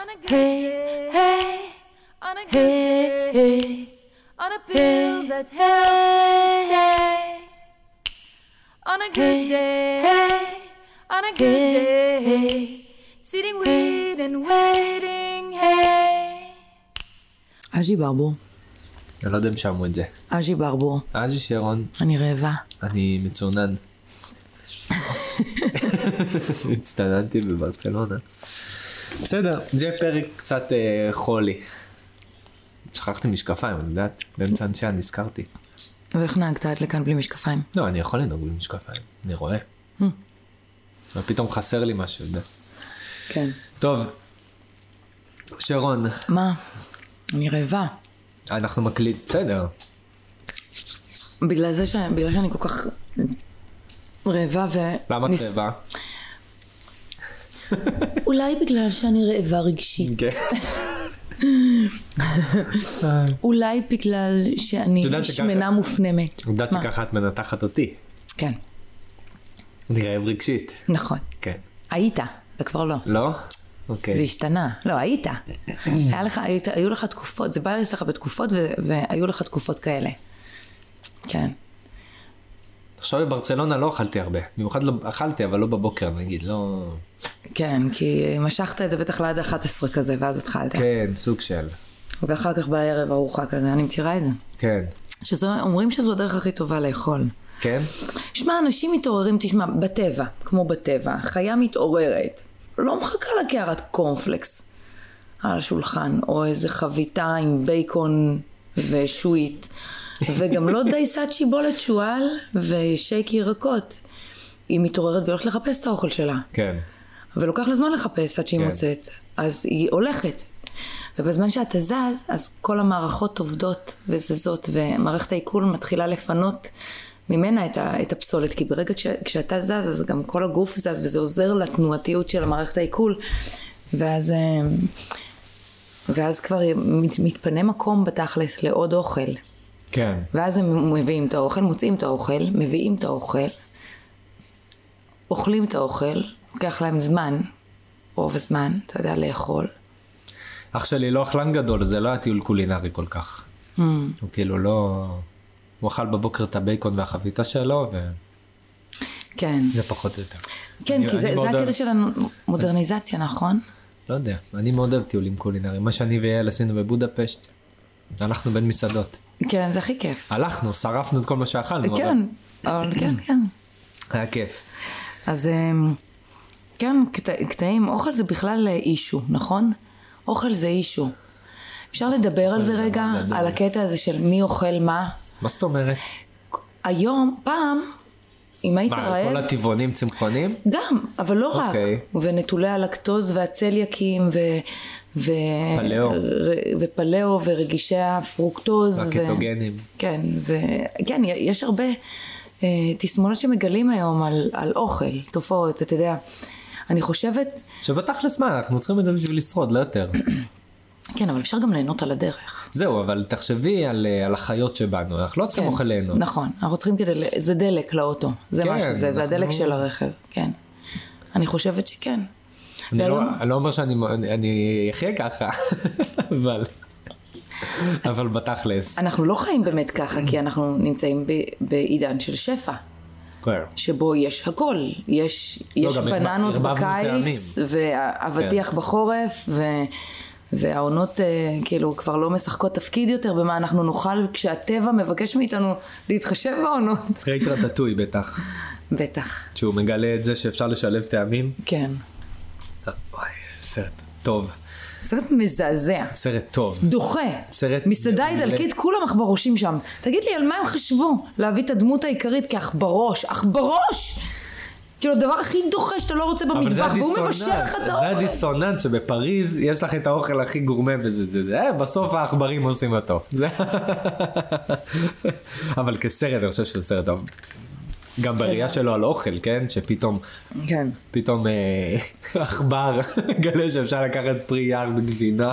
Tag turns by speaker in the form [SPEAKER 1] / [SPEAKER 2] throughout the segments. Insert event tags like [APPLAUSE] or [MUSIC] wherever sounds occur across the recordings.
[SPEAKER 1] on a good
[SPEAKER 2] Hey,
[SPEAKER 1] day,
[SPEAKER 2] hey,
[SPEAKER 1] on a good
[SPEAKER 2] hey,
[SPEAKER 1] day,
[SPEAKER 2] hey,
[SPEAKER 1] on a bill
[SPEAKER 2] hey,
[SPEAKER 1] that
[SPEAKER 2] hey,
[SPEAKER 1] stay. On a good
[SPEAKER 2] hey,
[SPEAKER 1] day,
[SPEAKER 2] hey,
[SPEAKER 1] on a good
[SPEAKER 2] hey,
[SPEAKER 1] day,
[SPEAKER 2] hey.
[SPEAKER 1] sitting waiting and waiting, hey.
[SPEAKER 2] אג'י ברבור,
[SPEAKER 3] אני לא יודע אם שמו את זה.
[SPEAKER 2] אג'י ברבור,
[SPEAKER 3] אג'י שרון,
[SPEAKER 2] אני רעבה.
[SPEAKER 3] אני מצונן. הצטננתי בברצלונה. בסדר, זה יהיה פרק קצת אה, חולי. שכחתי משקפיים, אני יודעת, באמצע הנסיעה נזכרתי.
[SPEAKER 2] ואיך נהגת עד לכאן בלי משקפיים?
[SPEAKER 3] לא, אני יכול לנהוג במשקפיים, אני רואה. אבל פתאום חסר לי משהו, אתה יודע.
[SPEAKER 2] כן.
[SPEAKER 3] טוב, שרון,
[SPEAKER 2] מה? אני רעבה.
[SPEAKER 3] אנחנו מקליט, בסדר.
[SPEAKER 2] בגלל זה ש... בגלל שאני כל כך רעבה ו...
[SPEAKER 3] למה את
[SPEAKER 2] ניס-
[SPEAKER 3] רעבה?
[SPEAKER 2] אולי בגלל שאני רעבה רגשית.
[SPEAKER 3] כן.
[SPEAKER 2] אולי בגלל שאני
[SPEAKER 3] Mm. את יודעת שככה-
[SPEAKER 2] שמנה מופנמת.
[SPEAKER 3] את יודעת
[SPEAKER 2] מה?
[SPEAKER 3] שככה את מנתחת אותי.
[SPEAKER 2] כן,
[SPEAKER 3] אני רעב רגשית.
[SPEAKER 2] נכון.
[SPEAKER 3] כן.
[SPEAKER 2] היית, אתה כבר לא.
[SPEAKER 3] לא? אוקיי.
[SPEAKER 2] זה השתנה. לא, היית. היה לך, היית, היו לך תקופות, זה בא אצלך בתקופות ו- והיו לך תקופות כאלה. כן.
[SPEAKER 3] עכשיו בברצלונה לא אכלתי הרבה. במיוחד לא אכלתי, אבל לא בבוקר, נגיד, לא...
[SPEAKER 2] כן, כי משכת את זה בטח לעד 11 כזה, ואז התחלת.
[SPEAKER 3] כן, סוג של.
[SPEAKER 2] ואחר כך בערב ארוחה כזה, אני מכירה את זה.
[SPEAKER 3] כן.
[SPEAKER 2] שזו, אומרים שזו הדרך הכי טובה לאכול.
[SPEAKER 3] כן?
[SPEAKER 2] שמע, אנשים מתעוררים, תשמע, בטבע, כמו בטבע, חיה מתעוררת, לא מחכה לקערת קורנפלקס על השולחן, או איזה חביתה עם בייקון ושועית, וגם לא דייסת שיבולת שועל ושייק ירקות. היא מתעוררת והולכת לחפש את האוכל שלה.
[SPEAKER 3] כן.
[SPEAKER 2] ולוקח לה זמן לחפש עד שהיא
[SPEAKER 3] כן.
[SPEAKER 2] מוצאת, אז היא הולכת. ובזמן שאתה זז, אז כל המערכות עובדות וזזות, ומערכת העיכול מתחילה לפנות ממנה את, ה, את הפסולת, כי ברגע כש, כשאתה זז, אז גם כל הגוף זז, וזה עוזר לתנועתיות של מערכת העיכול, ואז, אה, ואז כבר מת- מתפנה מקום בתכלס לעוד אוכל.
[SPEAKER 3] כן.
[SPEAKER 2] ואז הם מביאים את האוכל, מוצאים את האוכל, מביאים את האוכל, אוכלים את האוכל, לוקח להם זמן, רוב הזמן, אתה יודע, לאכול.
[SPEAKER 3] אח שלי לא אכלן גדול, זה לא היה טיול קולינרי כל כך.
[SPEAKER 2] Mm,
[SPEAKER 3] הוא כאילו לא... הוא אכל בבוקר את הבייקון והחביתה שלו, וזה
[SPEAKER 2] כן,
[SPEAKER 3] פחות או יותר.
[SPEAKER 2] כן,
[SPEAKER 3] אני-
[SPEAKER 2] כי זה,
[SPEAKER 3] אני
[SPEAKER 2] זה
[SPEAKER 3] מאוד
[SPEAKER 2] הקטע
[SPEAKER 3] אוהב-
[SPEAKER 2] של המודרניזציה, נכון?
[SPEAKER 3] לא יודע, אני מאוד אוהב טיולים קולינריים. מה שאני ויעל עשינו בבודפשט, הלכנו בין מסעדות.
[SPEAKER 2] כן, זה הכי כיף.
[SPEAKER 3] הלכנו, שרפנו את כל מה שאכלנו, אבל
[SPEAKER 2] כן, אבל כן, כן.
[SPEAKER 3] היה כיף.
[SPEAKER 2] אז אמ, כן, קטע- קטעים, אוכל זה בכלל אה, אישו, נכון? אוכל זה אישו. אפשר לדבר על זה רגע,
[SPEAKER 3] גדול.
[SPEAKER 2] על הקטע הזה של מי אוכל מה?
[SPEAKER 3] מה זאת אומרת?
[SPEAKER 2] היום, פעם, אם היית
[SPEAKER 3] מה,
[SPEAKER 2] רעב...
[SPEAKER 3] כל הטבעונים צמחונים?
[SPEAKER 2] גם, אבל לא רק.
[SPEAKER 3] אוקיי.
[SPEAKER 2] ונטולי הלקטוז והצליאקים ו... ו...
[SPEAKER 3] פלאו.
[SPEAKER 2] ר... ופלאו ורגישי הפרוקטוז.
[SPEAKER 3] והקטוגנים.
[SPEAKER 2] ו... כן, ו... כן, י- יש הרבה אה, תסמונות שמגלים היום על, על אוכל, תופעות, אתה יודע. אני חושבת,
[SPEAKER 3] שבתכלס מה, אנחנו צריכים את זה בשביל לשרוד, לא
[SPEAKER 2] [COUGHS]
[SPEAKER 3] יותר.
[SPEAKER 2] כן, אבל אפשר גם ליהנות על הדרך.
[SPEAKER 3] זהו, אבל תחשבי על, אה, על החיות שבנו, אנחנו לא צריכים
[SPEAKER 2] כן,
[SPEAKER 3] אוכל ליהנות.
[SPEAKER 2] נכון, אנחנו צריכים כדי, ל- זה דלק לאוטו, זה
[SPEAKER 3] כן,
[SPEAKER 2] מה שזה, זה
[SPEAKER 3] אנחנו-
[SPEAKER 2] הדלק של הרכב, כן. אני חושבת שכן.
[SPEAKER 3] אני לא,
[SPEAKER 2] והיום-
[SPEAKER 3] אני לא אומר שאני אני- אני אחיה ככה, [LAUGHS] אבל... אבל בתכלס.
[SPEAKER 2] אנחנו לא חיים באמת ככה, כי אנחנו נמצאים ב, בעידן של שפע,
[SPEAKER 3] כן.
[SPEAKER 2] שבו יש הכל. יש, יש
[SPEAKER 3] לא, גם הרבה-
[SPEAKER 2] בננות
[SPEAKER 3] הרבבנו כן.
[SPEAKER 2] בקיץ, ואבטיח בחורף, ו, והעונות אה, כאילו כבר לא משחקות תפקיד יותר במה אנחנו נאכל, כשהטבע מבקש מאיתנו להתחשב בעונות.
[SPEAKER 3] ראית רטטוי בטח,
[SPEAKER 2] בטח,
[SPEAKER 3] שהוא מגלה את זה שאפשר לשלב טעמים. אה,
[SPEAKER 2] כן.
[SPEAKER 3] וואי, סרט טוב.
[SPEAKER 2] סרט מזעזע.
[SPEAKER 3] סרט טוב.
[SPEAKER 2] דוחה.
[SPEAKER 3] סרט
[SPEAKER 2] מסעדה
[SPEAKER 3] מעולה.
[SPEAKER 2] איטלקית, כולם עכברושים שם. תגיד לי, על מה הם חשבו? להביא את הדמות העיקרית כעכברוש. עכברוש! כאילו, הדבר הכי דוחה שאתה לא רוצה
[SPEAKER 3] אבל זה
[SPEAKER 2] במטבח, והוא
[SPEAKER 3] הדיסוננס,
[SPEAKER 2] מבשל לך את
[SPEAKER 3] זה
[SPEAKER 2] האוכל.
[SPEAKER 3] הדיסוננס שבפריז יש לך את האוכל הכי גורמה וזה, זה, זה, אה, בסוף העכברים עושים אותו. זה- [LAUGHS] אבל כסרט אני חושב שהוא סרט טוב. גם בראייה שלו על אוכל, כן? שפתאום,
[SPEAKER 2] כן.
[SPEAKER 3] פתאום אה, [LAUGHS] עכבר [LAUGHS] גלה שאפשר לקחת פרי יער בגבינה.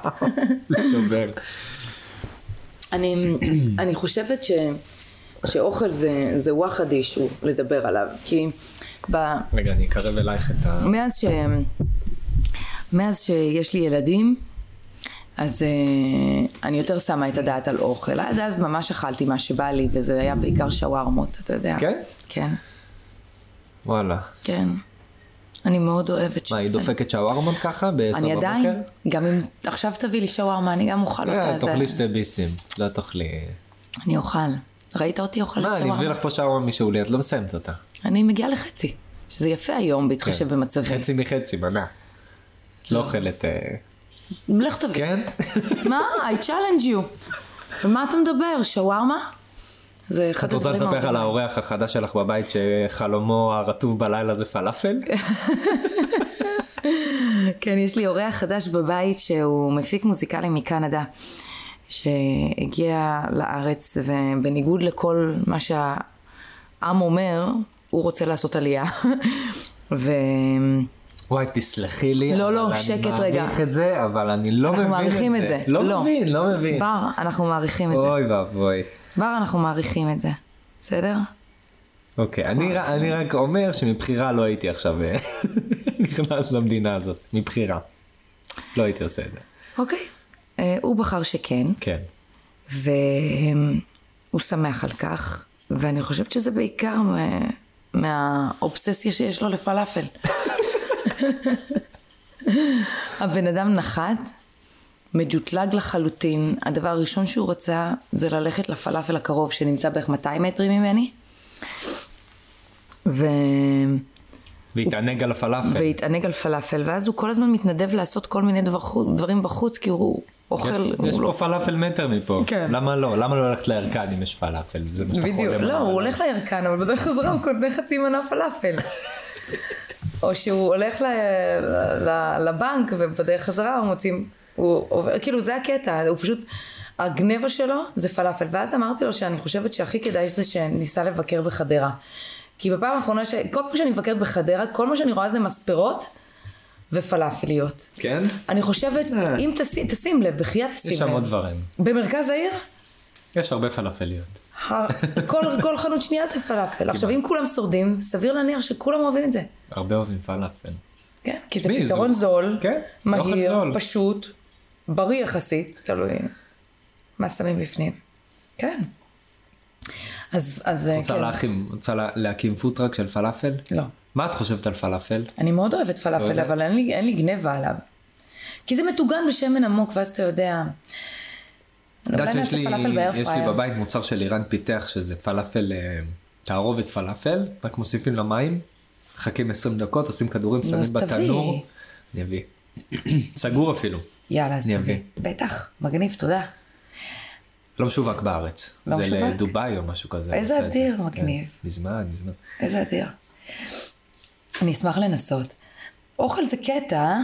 [SPEAKER 3] [LAUGHS] שובר.
[SPEAKER 2] אני, אני חושבת ש, שאוכל זה, זה וואחד אישו לדבר עליו, כי ב,
[SPEAKER 3] רגע, אני אקרב אלייך את ה...
[SPEAKER 2] מאז ש... מאז שיש לי ילדים, אז אה, אני יותר שמה את הדעת על אוכל. עד אז ממש אכלתי מה שבא לי, וזה היה בעיקר שווארמות, אתה יודע.
[SPEAKER 3] כן?
[SPEAKER 2] כן,
[SPEAKER 3] וואלה.
[SPEAKER 2] כן. אני מאוד אוהבת ש...
[SPEAKER 3] מה, היא דופקת שווארמות ככה ב-10
[SPEAKER 2] אני
[SPEAKER 3] בבוקר?
[SPEAKER 2] עדיין, לא גם אם עכשיו תביא לי שווארמה, אני גם אוכל
[SPEAKER 3] אה,
[SPEAKER 2] אותה.
[SPEAKER 3] תאכלי
[SPEAKER 2] זה-
[SPEAKER 3] שתי ביסים, לא תאכלי...
[SPEAKER 2] אני אוכל. ראית אותי אוכלת
[SPEAKER 3] מה, לא, אני מביא
[SPEAKER 2] שווארמה?
[SPEAKER 3] לך פה שווארמה משאולי, את לא מסיימת אותה.
[SPEAKER 2] אני מגיעה לחצי, שזה יפה היום בהתחשב
[SPEAKER 3] כן.
[SPEAKER 2] במצבי.
[SPEAKER 3] חצי מחצי, מנה.
[SPEAKER 2] כן.
[SPEAKER 3] לא אוכלת... אה,
[SPEAKER 2] לך תביא. [LAUGHS]
[SPEAKER 3] כן?
[SPEAKER 2] מה? I challenge you. על מה אתה מדבר? שווארמה? זה אחד
[SPEAKER 3] את רוצה
[SPEAKER 2] הדברים
[SPEAKER 3] לספר על
[SPEAKER 2] האהובים.
[SPEAKER 3] האורח החדש שלך בבית שחלומו הרטוב בלילה זה
[SPEAKER 2] [LAUGHS]
[SPEAKER 3] פלאפל?
[SPEAKER 2] כן, יש לי אורח חדש בבית שהוא מפיק מוזיקלי מקנדה, שהגיע לארץ, ובניגוד לכל מה שהעם אומר, הוא רוצה לעשות עלייה. [LAUGHS] ו...
[SPEAKER 3] וואי, תסלחי לי,
[SPEAKER 2] לא,
[SPEAKER 3] אבל
[SPEAKER 2] לא,
[SPEAKER 3] אני
[SPEAKER 2] שקט
[SPEAKER 3] מעריך
[SPEAKER 2] רגע.
[SPEAKER 3] את זה, אבל אני לא
[SPEAKER 2] אנחנו
[SPEAKER 3] מבין את זה.
[SPEAKER 2] מעריכים את זה.
[SPEAKER 3] לא מבין, לא מבין.
[SPEAKER 2] בר, אנחנו מעריכים את זה.
[SPEAKER 3] אוי ואבוי.
[SPEAKER 2] בר, אנחנו מעריכים את זה. בסדר?
[SPEAKER 3] אוקיי, אני
[SPEAKER 2] כן.
[SPEAKER 3] ר- אני רק אומר שמבחירה לא הייתי עכשיו אה, [LAUGHS] נכנס למדינה הזאת, מבחירה. לא הייתי עושה את זה.
[SPEAKER 2] אוקיי. אה, הוא בחר שכן.
[SPEAKER 3] כן.
[SPEAKER 2] והוא שמח על כך, ואני חושבת שזה בעיקר מה- מהאובססיה שיש לו
[SPEAKER 3] [LAUGHS]
[SPEAKER 2] לפלאפל. הבן אדם נחת, מג'וטלג לחלוטין, הדבר הראשון שהוא רצה זה ללכת לפלאפל הקרוב שנמצא בערך 200 מטרים ממני, ו...
[SPEAKER 3] והתענג על הפלאפל.
[SPEAKER 2] והתענג על פלאפל, ואז הוא כל הזמן מתנדב לעשות כל מיני דבר, דברים בחוץ, כי הוא
[SPEAKER 3] יש-
[SPEAKER 2] אוכל,
[SPEAKER 3] יש
[SPEAKER 2] הוא לא
[SPEAKER 3] פה פלאפל מטר מפה.
[SPEAKER 2] כן.
[SPEAKER 3] למה לא? למה לא ללכת לירקן אם יש פלאפל? זה מה שאתה חולם.
[SPEAKER 2] בדיוק, לא,
[SPEAKER 3] עליו.
[SPEAKER 2] הוא הולך לירקן, אבל בדרך חזרה הוא קונה חצי מנה
[SPEAKER 3] [LAUGHS]
[SPEAKER 2] פלאפל. או שהוא הולך ל- ל- ל- לבנק, ובדרך חזרה הוא מוצאים, הוא עובר, כאילו זה הקטע, הוא פשוט, הגניבה שלו זה פלאפל. ואז אמרתי לו שאני חושבת שהכי כדאי זה שניסע לבקר בחדרה. כי בפעם האחרונה, ש... כל פעם שאני מבקרת בחדרה, כל מה שאני רואה זה מספרות ופלאפליות.
[SPEAKER 3] כן?
[SPEAKER 2] אני חושבת,
[SPEAKER 3] אה.
[SPEAKER 2] אם תשים, תשים לב, בחייאת תשים לב.
[SPEAKER 3] יש שם עוד דברים.
[SPEAKER 2] במרכז העיר?
[SPEAKER 3] יש הרבה פלאפליות.
[SPEAKER 2] ה- כל, כל חנות שנייה זה פלאפל. עכשיו, אם כולם שורדים, סביר להניח שכולם אוהבים את זה.
[SPEAKER 3] הרבה אוהבים פלאפל.
[SPEAKER 2] כן, כי זה
[SPEAKER 3] מי, זה-
[SPEAKER 2] פתרון זול,
[SPEAKER 3] כן, זה אוכל
[SPEAKER 2] מהיר,
[SPEAKER 3] זול.
[SPEAKER 2] פשוט, בריא יחסית, תלוי מה שמים בפנים. כן. אז, אז אה,
[SPEAKER 3] רוצה
[SPEAKER 2] כן.
[SPEAKER 3] להקים, רוצה לה- להקים פוטראק של פלאפל?
[SPEAKER 2] לא.
[SPEAKER 3] מה את חושבת על פלאפל?
[SPEAKER 2] אני מאוד אוהבת פלאפל,
[SPEAKER 3] יודע.
[SPEAKER 2] אבל אין לי, אין לי גניבה עליו. כי זה מטוגן בשמן עמוק, ואז אתה יודע.
[SPEAKER 3] את יודעת
[SPEAKER 2] אולי
[SPEAKER 3] שיש
[SPEAKER 2] נעשה
[SPEAKER 3] לי,
[SPEAKER 2] פלאפל באייר
[SPEAKER 3] יש לי
[SPEAKER 2] פרייר.
[SPEAKER 3] בבית מוצר שלירן פיתח שזה פלאפל, אה, תערובת פלאפל, רק מוסיפים למים, מחכים 20 דקות, עושים כדורים, שמים
[SPEAKER 2] אז תביא.
[SPEAKER 3] בתנור. אני אביא. [CLEARS THROAT] סגור אפילו.
[SPEAKER 2] יאללה, אז
[SPEAKER 3] אני
[SPEAKER 2] תביא.
[SPEAKER 3] אביא.
[SPEAKER 2] בטח, מגניב, תודה.
[SPEAKER 3] לא משווק בארץ.
[SPEAKER 2] לא
[SPEAKER 3] זה
[SPEAKER 2] משווק?
[SPEAKER 3] לדובאי או משהו כזה.
[SPEAKER 2] איזה
[SPEAKER 3] עושה את זה.
[SPEAKER 2] אדיר,
[SPEAKER 3] כן.
[SPEAKER 2] מגניב.
[SPEAKER 3] מזמן, מזמן.
[SPEAKER 2] איזה אדיר. אני אשמח לנסות. אוכל זה קטע,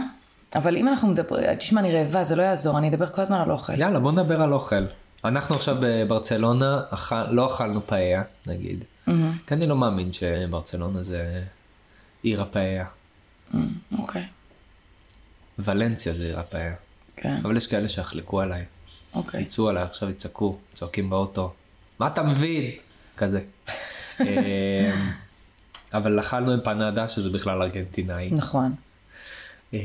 [SPEAKER 2] אבל אם אנחנו מדברים, תשמע, אני רעבה, זה לא יעזור, אני אדבר כל הזמן על אוכל.
[SPEAKER 3] יאללה, בוא נדבר על אוכל. אנחנו עכשיו בברצלונה, אכל, לא אכלנו פאיה, נגיד.
[SPEAKER 2] Mm-hmm.
[SPEAKER 3] כי אני לא מאמין שברצלונה זה עיר הפאיה. כן.
[SPEAKER 2] אוקיי,
[SPEAKER 3] ולנסיה זה עיר הפאיה.
[SPEAKER 2] כן,
[SPEAKER 3] אבל יש כאלה שיחלקו עליי,
[SPEAKER 2] אוקיי.
[SPEAKER 3] יצאו עליי, עכשיו יצעקו, צועקים באוטו, מה אתה מבין?
[SPEAKER 2] [LAUGHS]
[SPEAKER 3] כזה. אמ, אבל אכלנו אמפנדה, שזה בכלל ארגנטינאי.
[SPEAKER 2] נכון.
[SPEAKER 3] אמ,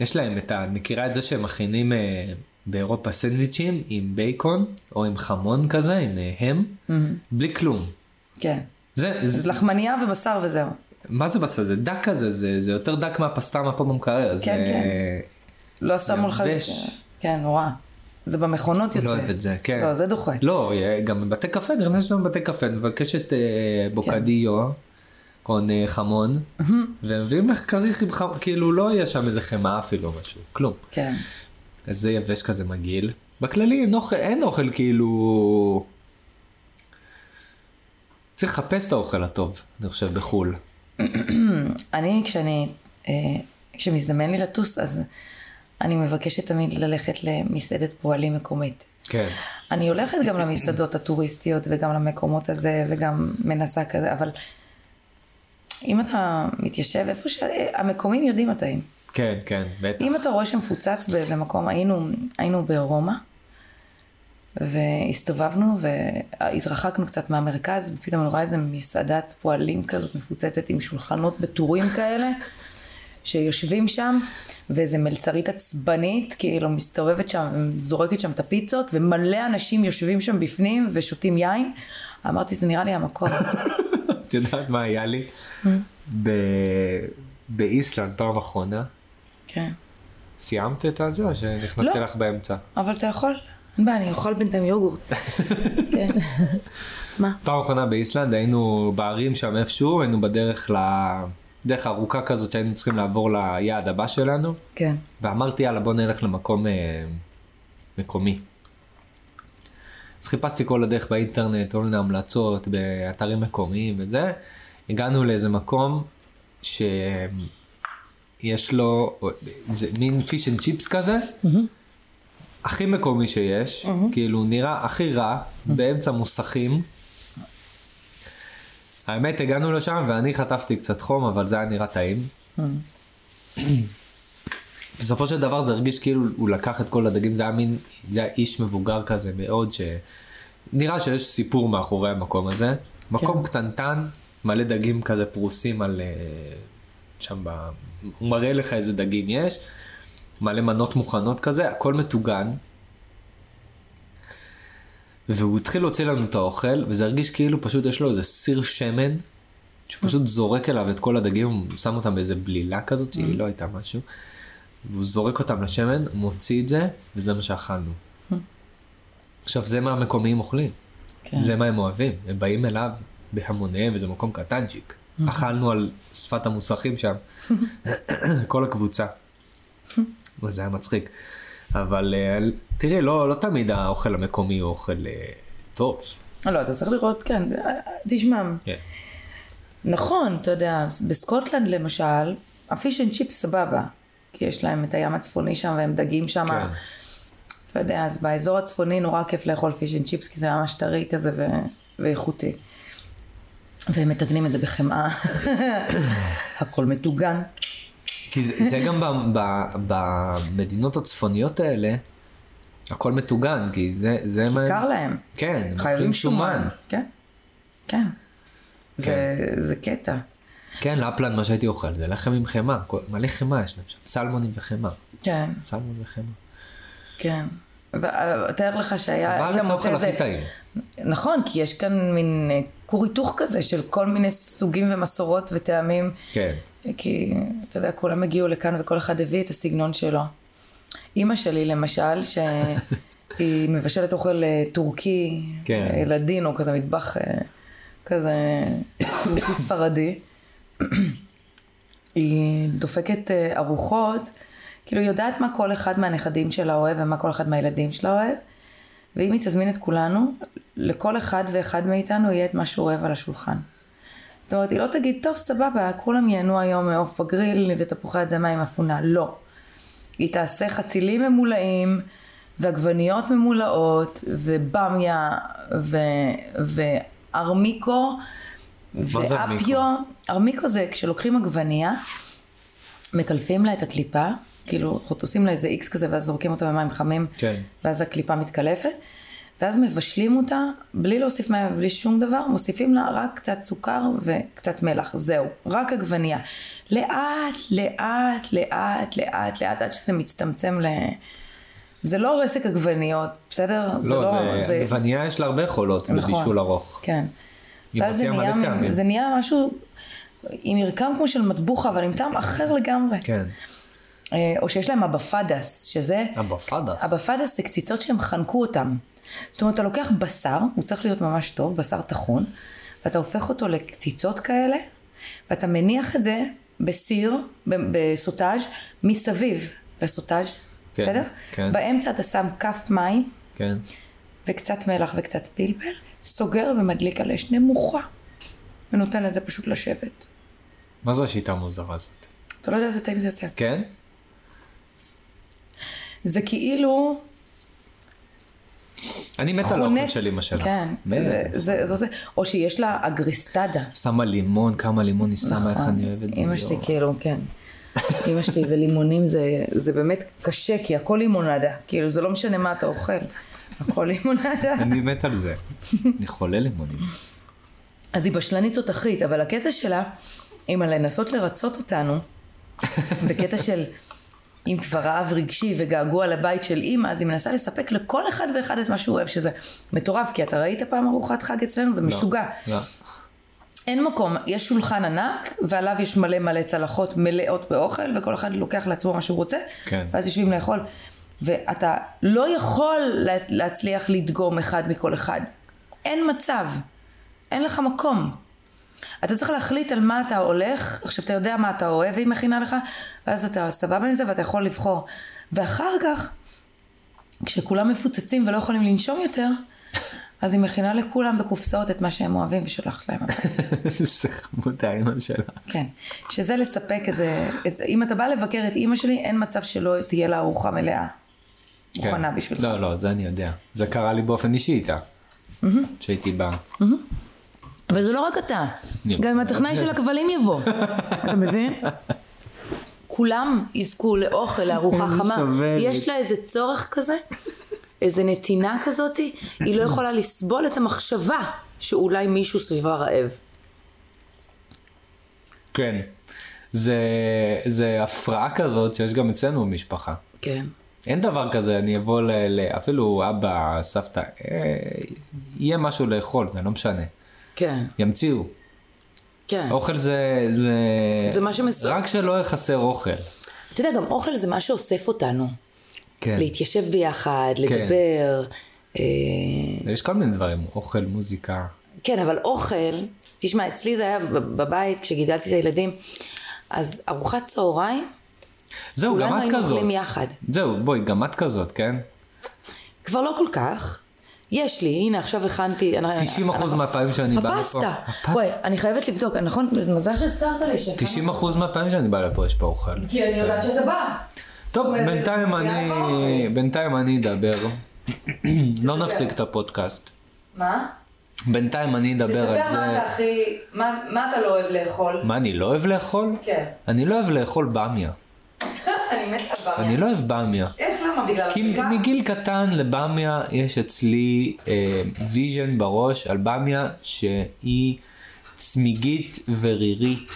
[SPEAKER 3] יש להם את ה... מכירה את זה שהם מכינים אה, באירופה סנדוויצ'ים עם בייקון או עם חמון כזה, עם אה, הם, בלי כלום.
[SPEAKER 2] כן.
[SPEAKER 3] זה,
[SPEAKER 2] Mm-hmm. אז
[SPEAKER 3] זה,
[SPEAKER 2] לחמניה ובשר וזהו.
[SPEAKER 3] מה זה בסדר? זה דק כזה, זה, זה יותר דק מהפסטרמה פה במקרר. אה, זה...
[SPEAKER 2] כן. לא שמו לך...
[SPEAKER 3] יבש.
[SPEAKER 2] כן, נורא. זה במכונות יוצא.
[SPEAKER 3] לא אוהב את זה, כן.
[SPEAKER 2] לא, זה דוחה.
[SPEAKER 3] לא, אה, גם בבתי קפה, נכנסת שם בבתי קפה, מבקשת אה, בוקדיו, קון אה, חמון,
[SPEAKER 2] Mm-hmm.
[SPEAKER 3] ומביאים לך כריך עם חמון, כאילו לא יהיה שם איזה חמאה אפילו משהו, כלום.
[SPEAKER 2] כן.
[SPEAKER 3] אז זה יבש כזה מגעיל. בכללי אין אוכל, אין אוכל כאילו... צריך לחפש את האוכל הטוב, אני חושב, בחו"ל.
[SPEAKER 2] אני, כשאני... אה, כשמזדמן לי לטוס, אז אני מבקשת תמיד ללכת למסעדת פועלים מקומית.
[SPEAKER 3] כן.
[SPEAKER 2] אני הולכת גם למסעדות הטוריסטיות וגם למקומות הזה וגם מנסה כזה, אבל אם אתה מתיישב איפה ש... המקומים יודעים הטעים.
[SPEAKER 3] כן, כן, בטח.
[SPEAKER 2] אם אתה רואה שמפוצץ באיזה מקום, היינו, היינו ברומא והסתובבנו והתרחקנו קצת מהמרכז ופתאום אני רואה איזה מסעדת פועלים כזאת מפוצצת עם שולחנות בטורים כאלה שיושבים שם, ואיזה מלצרית עצבנית, כאילו מסתובבת שם, זורקת שם את הפיצות, ומלא אנשים יושבים שם בפנים ושותים יין. אמרתי, זה נראה לי המקום.
[SPEAKER 3] את יודעת מה היה לי? ב- באיסלנד פעם אחרונה,
[SPEAKER 2] כן.
[SPEAKER 3] סיימת את הזה או שנכנסתי
[SPEAKER 2] לא.
[SPEAKER 3] לך באמצע?
[SPEAKER 2] אבל אתה יכול, אין בעיה, אני אוכל בינתיים יוגורט. כן. מה?
[SPEAKER 3] פעם אחרונה באיסלנד היינו בערים שם איפשהו, היינו בדרך ל... דרך ארוכה כזאת שהיינו צריכים לעבור ליעד הבא שלנו,
[SPEAKER 2] כן.
[SPEAKER 3] ואמרתי יאללה בוא נלך למקום אה, מקומי. אז חיפשתי כל הדרך באינטרנט, כל מיני המלצות באתרים מקומיים וזה, הגענו לאיזה מקום שיש לו, זה מין פיש אנד צ'יפס כזה, הכי מקומי שיש, כאילו נראה הכי רע, באמצע מוסכים. האמת הגענו לשם ואני חטפתי קצת חום אבל זה היה נראה טעים. בסופו של דבר זה הרגיש כאילו הוא לקח את כל הדגים, זה היה מין, זה היה איש מבוגר כזה מאוד, שנראה שיש סיפור מאחורי המקום הזה. מקום קטנטן, מלא דגים כזה פרוסים על... אה, שם ב... הוא מראה לך איזה דגים יש, מלא מנות מוכנות כזה, הכל מטוגן. והוא התחיל להוציא לנו את האוכל, וזה הרגיש כאילו פשוט יש לו איזה סיר שמן, שפשוט זורק אליו את כל הדגים, הוא שם אותם באיזה בלילה כזאת, שהיא לא הייתה משהו. והוא זורק אותם לשמן, מוציא את זה, וזה מה שאכלנו. עכשיו, זה מה המקומיים אוכלים.
[SPEAKER 2] כן.
[SPEAKER 3] זה מה הם אוהבים. הם באים אליו בהמוניהם, וזה מקום קטנצ'יק. אכלנו על שפת המוסכים שם, [LAUGHS] כל הקבוצה. אז זה היה מצחיק. אבל אה, תראי, לא, לא תמיד האוכל המקומי הוא אוכל אה, טוב.
[SPEAKER 2] לא, אתה צריך לראות, כן, תשמע,
[SPEAKER 3] כן.
[SPEAKER 2] נכון, אתה יודע, בסקוטלנד למשל, הפיש אנד צ'יפ סבבה, כי יש להם את הים הצפוני שם והם דגים שם,
[SPEAKER 3] כן.
[SPEAKER 2] אתה יודע, אז באזור הצפוני נורא כיף לאכול פיש אנד צ'יפס, כי זה ממש טרי כזה ו... ואיכותי. והם מתגנים את זה בחמאה, [COUGHS] הכל מטוגן.
[SPEAKER 3] כי זה, זה גם ב, ב, במדינות הצפוניות האלה, הכל מטוגן, כי זה, זה מה...
[SPEAKER 2] קר להם,
[SPEAKER 3] כן,
[SPEAKER 2] חייבים
[SPEAKER 3] הם אוכלים
[SPEAKER 2] שומן. כן, כן. זה, זה קטע.
[SPEAKER 3] כן, לפלנד, מה שהייתי אוכל, זה לחם עם חמאה, כל- מלא חמאה יש להם שם, סלמונים וחמאה,
[SPEAKER 2] כן,
[SPEAKER 3] סלמון וחמאה.
[SPEAKER 2] כן. ותאר לך שהיה... היית
[SPEAKER 3] בארץ
[SPEAKER 2] מוצא
[SPEAKER 3] האוכל
[SPEAKER 2] איזה-
[SPEAKER 3] הכי טעים.
[SPEAKER 2] נכון, כי יש כאן מין אה, כור היתוך כזה של כל מיני סוגים ומסורות וטעמים.
[SPEAKER 3] כן.
[SPEAKER 2] כי אתה יודע, כולם הגיעו לכאן וכל אחד הביא את הסגנון שלו. אימא שלי למשל, שהיא מבשלת אוכל אה, טורקי,
[SPEAKER 3] כן.
[SPEAKER 2] אה, לדינו, כזה מטבח אה, כזה טורקי ספרדי, [CLEARS THROAT] היא דופקת אה, ארוחות, כאילו היא יודעת מה כל אחד מהנכדים שלה אוהב ומה כל אחד מהילדים שלה אוהב, ואם היא תזמין את כולנו, לכל אחד ואחד מאיתנו יהיה את מה שהוא אוהב על השולחן. זאת אומרת, היא לא תגיד, טוב, סבבה, כולם ייהנו היום מעוף בגריל ותפוחי אדמה עם אפונה. לא. היא תעשה חצילים ממולאים, ועגבניות ממולאות, ובמיה, ו... וארמיקו,
[SPEAKER 3] מה זה ארמיקו?
[SPEAKER 2] ואפיו. ארמיקו זה כשלוקחים עגבנייה, מקלפים לה את הקליפה, כאילו עושים לה איזה איקס כזה ואז זורקים אותה במים חמים,
[SPEAKER 3] כן.
[SPEAKER 2] ואז הקליפה מתקלפת, ואז מבשלים אותה בלי להוסיף מים ובלי שום דבר, מוסיפים לה רק קצת סוכר וקצת מלח, זהו, רק עגבנייה. לאט, לאט, לאט, לאט, לאט, עד שזה מצטמצם ל... זה לא רסק עגבניות, בסדר?
[SPEAKER 3] לא, זה... עגבנייה יש לה הרבה יכולות
[SPEAKER 2] נכון.
[SPEAKER 3] בבישול ארוך.
[SPEAKER 2] כן.
[SPEAKER 3] היא
[SPEAKER 2] ואז זה
[SPEAKER 3] מוציאה
[SPEAKER 2] נהיה,
[SPEAKER 3] מלא טעמים.
[SPEAKER 2] זה נהיה משהו עם מרקם כמו של מטבוחה, אבל עם טעם אחר לגמרי.
[SPEAKER 3] כן.
[SPEAKER 2] אה, או שיש להם הבפדס, שזה...
[SPEAKER 3] הבפדס.
[SPEAKER 2] הבפדס זה קציצות שהם חנקו אותם. זאת אומרת, אתה לוקח בשר, הוא צריך להיות ממש טוב, בשר טחון, ואתה הופך אותו לקציצות כאלה, ואתה מניח את זה בסיר, ב- בסוטאז' מסביב לסוטאז',
[SPEAKER 3] כן,
[SPEAKER 2] בסדר?
[SPEAKER 3] כן.
[SPEAKER 2] באמצע אתה שם כף מים,
[SPEAKER 3] כן.
[SPEAKER 2] וקצת מלח וקצת פלפל, סוגר ומדליק על אש נמוכה, ונותן לזה פשוט לשבת.
[SPEAKER 3] מה זה השיטה המוזרה הזאת?
[SPEAKER 2] אתה לא יודע איזה טעים זה יוצא.
[SPEAKER 3] כן?
[SPEAKER 2] זה כאילו...
[SPEAKER 3] אני מת על האוכל של אמא שלה.
[SPEAKER 2] כן.
[SPEAKER 3] מת.
[SPEAKER 2] זה, זה, זה, זה, או שיש לה אגריסטדה.
[SPEAKER 3] שמה לימון, כמה לימון היא שמה, איך אני אוהב את זה. לא-
[SPEAKER 2] אימא נכון. שלי
[SPEAKER 3] יואו.
[SPEAKER 2] כאילו, כן. אימא שלי ולימונים זה, זה באמת קשה, כי הכל לימונדה. כאילו, זה לא משנה מה אתה אוכל, הכל לימונדה.
[SPEAKER 3] אני מת על זה. אני חולה לימונים.
[SPEAKER 2] אז היא בשלנית תותחית, אבל הקטע שלה, אימא לנסות לרצות אותנו, בקטע של אם כבר רעב רגשי וגעגוע לבית של אימא, אז היא מנסה לספק לכל אחד ואחד את מה שהוא אוהב, שזה מטורף, כי אתה ראית פעם ארוחת חג אצלנו? זה [LAUGHS] משוגע.
[SPEAKER 3] לא. [LAUGHS]
[SPEAKER 2] אין מקום, יש שולחן ענק, ועליו יש מלא מלא צלחות מלאות באוכל, וכל אחד לוקח לעצמו מה שהוא רוצה,
[SPEAKER 3] כן.
[SPEAKER 2] ואז יושבים לאכול. ואתה לא יכול לה- להצליח לדגום אחד מכל אחד. אין מצב. אין לך מקום. אתה צריך להחליט על מה אתה הולך, עכשיו אתה יודע מה אתה אוהב והיא מכינה לך, ואז אתה סבבה עם זה ואתה יכול לבחור. ואחר כך, כשכולם מפוצצים ולא יכולים לנשום יותר, אז היא מכינה לכולם בקופסאות את מה שהם אוהבים ושולחת להם הביתה.
[SPEAKER 3] זה חמוד האימא שלה.
[SPEAKER 2] כן. שזה לספק איזה... איזה- אם אתה בא לבקר את אימא שלי, אין מצב שלא תהיה לה ארוחה מלאה. מוכנה
[SPEAKER 3] כן.
[SPEAKER 2] בשבילך.
[SPEAKER 3] לא, לא, זה אני יודע. זה קרה לי באופן אישי איתה. שהייתי בא.
[SPEAKER 2] אבל זה לא רק אתה,
[SPEAKER 3] נו.
[SPEAKER 2] גם אם הטכנאי של הכבלים יבוא,
[SPEAKER 3] [LAUGHS]
[SPEAKER 2] אתה מבין? כולם יזכו לאוכל, לארוחה חמה.
[SPEAKER 3] סובלת.
[SPEAKER 2] יש לה איזה צורך כזה, איזה נתינה כזאתי, היא לא יכולה לסבול את המחשבה שאולי מישהו סביבה רעב.
[SPEAKER 3] כן. זה, זה הפרעה כזאת שיש גם אצלנו במשפחה.
[SPEAKER 2] כן.
[SPEAKER 3] אין דבר כזה, אני אבוא ל... ל- אפילו אבא, סבתא, אה, יהיה משהו לאכול, זה לא משנה.
[SPEAKER 2] כן,
[SPEAKER 3] ימציאו.
[SPEAKER 2] כן.
[SPEAKER 3] אוכל זה... זה,
[SPEAKER 2] זה מה שמס-
[SPEAKER 3] רק שלא יחסר אוכל.
[SPEAKER 2] אתה יודע, גם אוכל זה מה שאוסף אותנו.
[SPEAKER 3] כן.
[SPEAKER 2] להתיישב ביחד, לדבר. אה,
[SPEAKER 3] יש כל מיני דברים, אוכל, מוזיקה.
[SPEAKER 2] כן, אבל אוכל, תשמע, אצלי זה היה בב- בבית כשגידלתי את הילדים, אז ארוחת צהריים,
[SPEAKER 3] זהו, גם
[SPEAKER 2] כולנו
[SPEAKER 3] את
[SPEAKER 2] היינו
[SPEAKER 3] כזאת.
[SPEAKER 2] אוכלים יחד.
[SPEAKER 3] זהו, בואי, גם את כזאת, כן?
[SPEAKER 2] כבר לא כל כך. יש לי, הנה עכשיו הכנתי...
[SPEAKER 3] 90% מהפעמים שאני בא לפה...
[SPEAKER 2] הפסטה. וואי, אני חייבת לבדוק, נכון? מזל שהזכרת לי ש...
[SPEAKER 3] 90% מהפעמים שאני בא לפה יש פה אוכל.
[SPEAKER 2] כי אני יודעת שאתה בא.
[SPEAKER 3] טוב,
[SPEAKER 2] אומרת,
[SPEAKER 3] בינתיים
[SPEAKER 2] זה
[SPEAKER 3] אני...
[SPEAKER 2] האוכל.
[SPEAKER 3] בינתיים אני אדבר. לא נפסיק את הפודקאסט.
[SPEAKER 2] מה?
[SPEAKER 3] בינתיים אני אדבר על זה.
[SPEAKER 2] הכי... מה אתה לא אוהב לאכול?
[SPEAKER 3] מה, אני לא אוהב לאכול?
[SPEAKER 2] כן.
[SPEAKER 3] אני לא אוהב לאכול באמיה.
[SPEAKER 2] [LAUGHS] אני מתה בר.
[SPEAKER 3] אני לא אוהב באמיה.
[SPEAKER 2] איך למה? בגלל
[SPEAKER 3] כי מגיל קטן לבאמיה יש אצלי אה, ויז'ן בראש על באמיה שהיא צמיגית ורירית.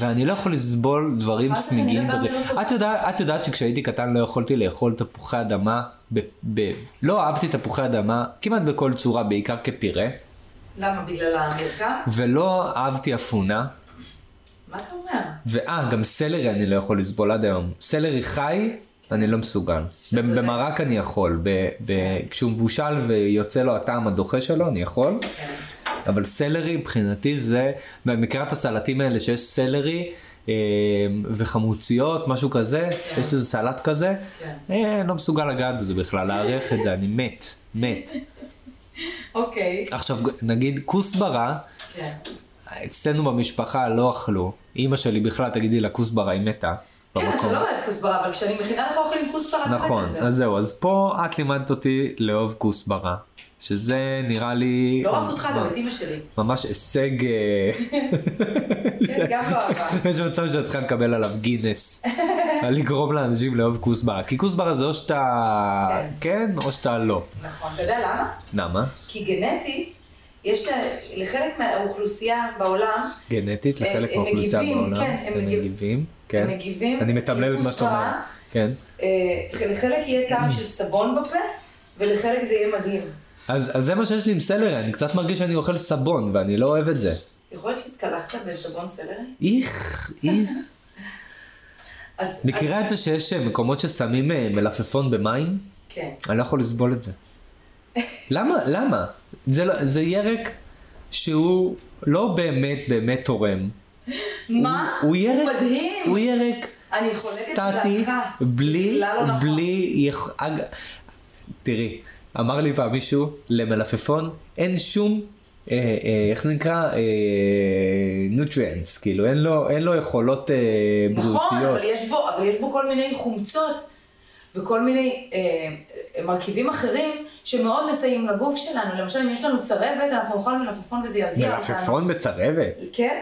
[SPEAKER 3] ואני לא יכול לסבול דברים
[SPEAKER 2] אז כנראה
[SPEAKER 3] צמיגיים.
[SPEAKER 2] באמיה לא
[SPEAKER 3] וריריים.
[SPEAKER 2] טובה.
[SPEAKER 3] את, יודע, את יודעת שכשהייתי קטן לא יכולתי לאכול תפוחי אדמה, ב, ב, לא אהבתי תפוחי אדמה כמעט בכל צורה, בעיקר כפירה,
[SPEAKER 2] למה? בגלל המרקע?
[SPEAKER 3] ולא אהבתי אפונה,
[SPEAKER 2] מה אתה אומר?
[SPEAKER 3] ואה, גם סלרי אני לא יכול לסבול עד היום. סלרי חי, אני לא מסוגל. ב- במרק אני יכול, ב- ב- כשהוא מבושל ויוצא לו הטעם הדוחה שלו, אני יכול. אבל סלרי מבחינתי זה, במקרה את הסלטים האלה שיש סלרי אה, וחמוציות, משהו כזה, יש איזה סלט כזה, אה, לא מסוגל לגעת בזה בכלל, להעריך את זה, אני מת, מת.
[SPEAKER 4] Okay.
[SPEAKER 3] עכשיו נגיד כוסברה,
[SPEAKER 2] כן.
[SPEAKER 3] אצלנו במשפחה לא אכלו, אימא שלי בכלל, תגידי לה, כוסברה היא מתה. במקום.
[SPEAKER 4] כן, לא אוהב כוסברה, אבל כשאני מכינה לך אוכל עם כוסברה,
[SPEAKER 3] נכון, אז זהו, אז פה את לימדת אותי לאהוב כוסברה, שזה נראה לי...
[SPEAKER 4] לא רק אותך, גם את אימא
[SPEAKER 3] [LAUGHS]
[SPEAKER 4] שלי.
[SPEAKER 3] ממש
[SPEAKER 4] [LAUGHS]
[SPEAKER 3] הישג, אה,
[SPEAKER 4] כן, גם לא אהבה.
[SPEAKER 3] יש מצב שאת צריכה לקבל עליו
[SPEAKER 4] [LAUGHS]
[SPEAKER 3] גינס, על לגרום לאנשים לאהוב כוסברה, כי כוסברה זה או שאתה כן או שאתה לא.
[SPEAKER 4] נכון. אתה יודע למה?
[SPEAKER 3] למה?
[SPEAKER 4] כי גנטית, יש לה- לחלק מהאוכלוסייה בעולם,
[SPEAKER 3] גנטית
[SPEAKER 4] הם-
[SPEAKER 3] לחלק
[SPEAKER 4] אה, הם
[SPEAKER 3] מהאוכלוסייה
[SPEAKER 4] מגיבים,
[SPEAKER 3] בעולם,
[SPEAKER 4] כן, הם
[SPEAKER 3] הם
[SPEAKER 4] מגיב-
[SPEAKER 3] מגיבים, כן,
[SPEAKER 4] מגיבים
[SPEAKER 3] אני מתמלל את מה שאתה אומר,
[SPEAKER 4] לכוסברה.
[SPEAKER 3] כן.
[SPEAKER 4] אה, לחלק יהיה טעם של סבון בפה, ולחלק זה יהיה מדהים.
[SPEAKER 3] אז אז זה מה שיש לי עם סלרי, אני קצת מרגיש שאני אוכל סבון ואני לא אוהב את זה.
[SPEAKER 4] יכול להיות שהתקלחת בסבון סלרי?
[SPEAKER 3] איך, איך.
[SPEAKER 4] אז...
[SPEAKER 3] מכירה את זה שיש אה, מקומות ששמים אה, מלפפון במים?
[SPEAKER 4] כן.
[SPEAKER 3] אני לא יכול לסבול את זה. למה? למה? זה, לא, זה ירק שהוא לא באמת באמת תורם.
[SPEAKER 4] מה?
[SPEAKER 3] הוא ירק,
[SPEAKER 4] הוא מדהים.
[SPEAKER 3] הוא ירק
[SPEAKER 4] אני חולקת
[SPEAKER 3] סטטי,
[SPEAKER 4] בדעתך.
[SPEAKER 3] בלי,
[SPEAKER 4] בכלל לא נכון.
[SPEAKER 3] בלי, יכ... אג... תראי, אמר לי פעם מישהו, למלפפון אין שום, אה, אה, איך זה נקרא, נוטריאנס, כאילו, אין לו, אין לו יכולות אה, בריאותיות.
[SPEAKER 4] נכון, אבל יש, בו, אבל יש בו כל מיני חומצות וכל מיני אה, אה, מרכיבים אחרים שמאוד מסייעים לגוף שלנו. למשל, אם יש לנו צרבת, אנחנו נאכל מלפפון וזה ירגיע אותנו.
[SPEAKER 3] מלפפון בצרבת.
[SPEAKER 4] כן,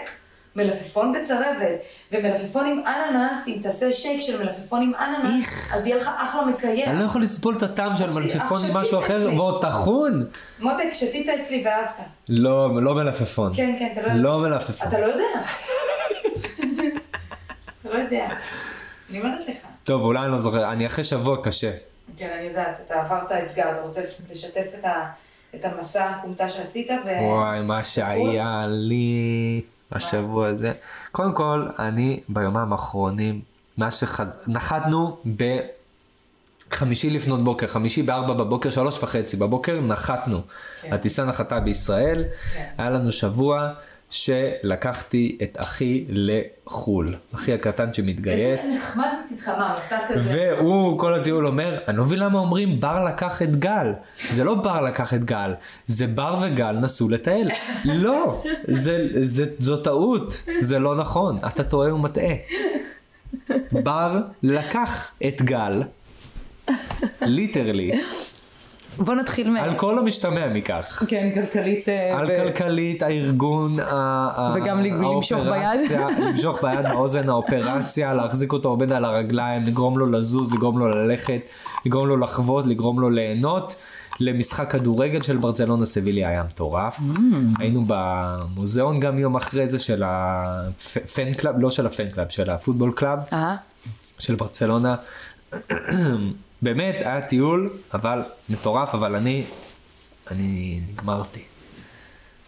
[SPEAKER 4] מלפפון בצרבת, ומלפפון עם אננס, אם תעשה שייק של מלפפון עם אננס, אז יהיה לך אחלה
[SPEAKER 3] אני
[SPEAKER 4] מקיים.
[SPEAKER 3] לא יכול לסבול את הטעם של
[SPEAKER 4] אז
[SPEAKER 3] מלפפון
[SPEAKER 4] עכשיו
[SPEAKER 3] עם משהו
[SPEAKER 4] תגיד את
[SPEAKER 3] אחר,
[SPEAKER 4] זה.
[SPEAKER 3] ועוד טחון.
[SPEAKER 4] מותק, שתית אצלי ואהבת.
[SPEAKER 3] לא, לא מלפפון.
[SPEAKER 4] כן, כן, אתה לא יודע. [LAUGHS]
[SPEAKER 3] לא מלפפון.
[SPEAKER 4] אתה לא יודע. אתה לא
[SPEAKER 2] לא יודע. אני אומרת לך.
[SPEAKER 3] טוב, אולי אני לא זוכר, אני אחרי שבוע קשה.
[SPEAKER 2] כן, אני יודעת, אתה עברת אתגר, אתה רוצה לשתף את, ה, את המסע הכומתה שעשית, ו...
[SPEAKER 3] וואי, מה שהיה לי השבוע הזה. קודם כל, אני ביומיים האחרונים, מה שחז... נחתנו ב... חמישי לפנות בוקר, חמישי בארבע בבוקר, שלוש וחצי בבוקר, נחתנו.
[SPEAKER 2] כן.
[SPEAKER 3] הטיסה נחתה בישראל,
[SPEAKER 2] כן.
[SPEAKER 3] היה לנו שבוע שלקחתי את אחי לחו"ל, אחי הקטן שמתגייס.
[SPEAKER 2] וזה נחמד מצידך, מה, מסע כזה?
[SPEAKER 3] והוא כל הטיול אומר, אני לא מבין למה אומרים בר לקח את גל. זה לא בר לקח את גל, זה בר וגל נסעו לטייל. לא, זה, זה, זו טעות, זה לא נכון, אתה טועה ומטעה. בר לקח את גל, ליטרלי,
[SPEAKER 5] בוא נתחיל מה...
[SPEAKER 3] על כל המשתמע לא מכך.
[SPEAKER 5] כן, כלכלית... אה,
[SPEAKER 3] על
[SPEAKER 5] ו-
[SPEAKER 3] כלכלית, הארגון, ה- ה-
[SPEAKER 5] וגם ל- למשוך ביד.
[SPEAKER 3] האופרציה, למשוך ביד באוזן,
[SPEAKER 5] [LAUGHS]
[SPEAKER 3] האופרציה, להחזיק אותו עומד על הרגליים, לגרום לו לזוז, לגרום לו ללכת, לגרום לו לחוות, לגרום לו ליהנות. למשחק כדורגל של ברצלונה סביליה היה מטורף.
[SPEAKER 5] Mm.
[SPEAKER 3] היינו במוזיאון גם יום אחרי זה של הפן קלאב, לא של הפן קלאב, של הפוטבול קלאב.
[SPEAKER 5] אהה.
[SPEAKER 3] של ברצלונה. באמת, היה טיול, אבל מטורף, אבל אני, אני נגמרתי.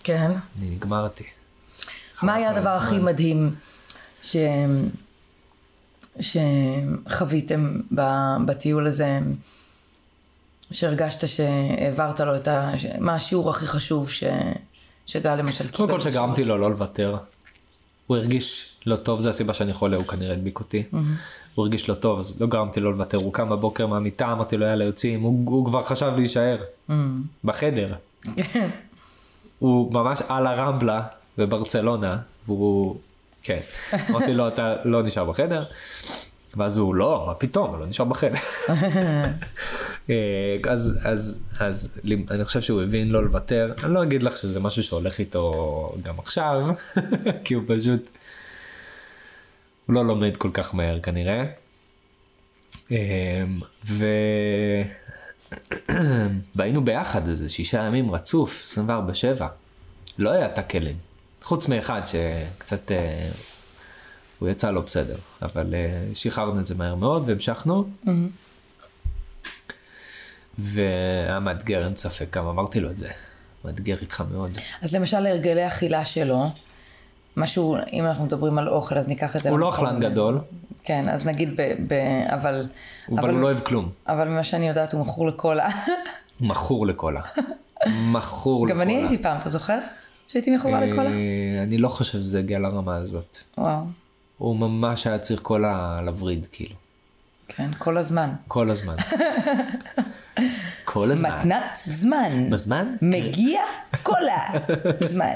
[SPEAKER 5] כן.
[SPEAKER 3] אני נגמרתי.
[SPEAKER 5] מה היה
[SPEAKER 3] חלף
[SPEAKER 5] הדבר
[SPEAKER 3] הזמן.
[SPEAKER 5] הכי מדהים ש... שחוויתם ב- בטיול הזה, שהרגשת שהעברת לו את ה... ש- מה השיעור הכי חשוב ש... שגל למשל קיבל?
[SPEAKER 3] קודם כל שגרמתי לו לא לוותר. הוא הרגיש לא טוב, זו הסיבה שאני חולה, הוא כנראה הדביק אותי. הוא הרגיש לא טוב, אז לא גרמתי לו לוותר. הוא קם בבוקר מהמיטה, אמרתי לו, יאללה, יוצאים. הוא הוא כבר חשב להישאר. בחדר. הוא ממש על הרמבלה בברצלונה, והוא... כן. אמרתי לו, אתה לא נשאר בחדר? ואז הוא, לא, מה פתאום, הוא לא נשאר בחדר. אה, אז, אז, אז לי- אני חושב שהוא הבין לא לוותר, אני לא אגיד לך שזה משהו שהולך איתו גם עכשיו, [LAUGHS] כי הוא פשוט, הוא לא לומד כל כך מהר כנראה. אה, ו... [CLEARS THROAT] והיינו ביחד איזה שישה ימים רצוף, 24-7. לא היה את הכלים. חוץ מאחד שקצת, אה, הוא יצא לא בסדר, אבל אה, שחררנו את זה מהר מאוד והמשכנו. והיה מאתגר, אין ספק, גם אמרתי לו את זה. מאתגר איתך מאוד.
[SPEAKER 5] אז למשל הרגלי אכילה שלו, משהו, אם אנחנו מדברים על אוכל, אז ניקח את זה...
[SPEAKER 3] הוא לא
[SPEAKER 5] למקום-
[SPEAKER 3] אכלן גדול,
[SPEAKER 5] כן, אז נגיד ב... ב... אבל...
[SPEAKER 3] אבל הוא לא אוהב כלום.
[SPEAKER 5] אבל ממה שאני יודעת, הוא מכור לקולה.
[SPEAKER 3] הוא מכור
[SPEAKER 5] [LAUGHS]
[SPEAKER 3] לקולה. מכור לקולה.
[SPEAKER 5] גם אני הייתי פעם, אתה זוכר? שהייתי מכורה לקולה?
[SPEAKER 3] אה, אני לא חושב שזה הגיע לרמה הזאת.
[SPEAKER 5] וואו,
[SPEAKER 3] הוא ממש היה צריך קולה לווריד, כאילו.
[SPEAKER 5] כן, כל הזמן.
[SPEAKER 3] כל
[SPEAKER 5] [LAUGHS]
[SPEAKER 3] הזמן. כל הזמן.
[SPEAKER 5] מתנת זמן.
[SPEAKER 3] בזמן?
[SPEAKER 5] מגיע קולה. [LAUGHS] זמן.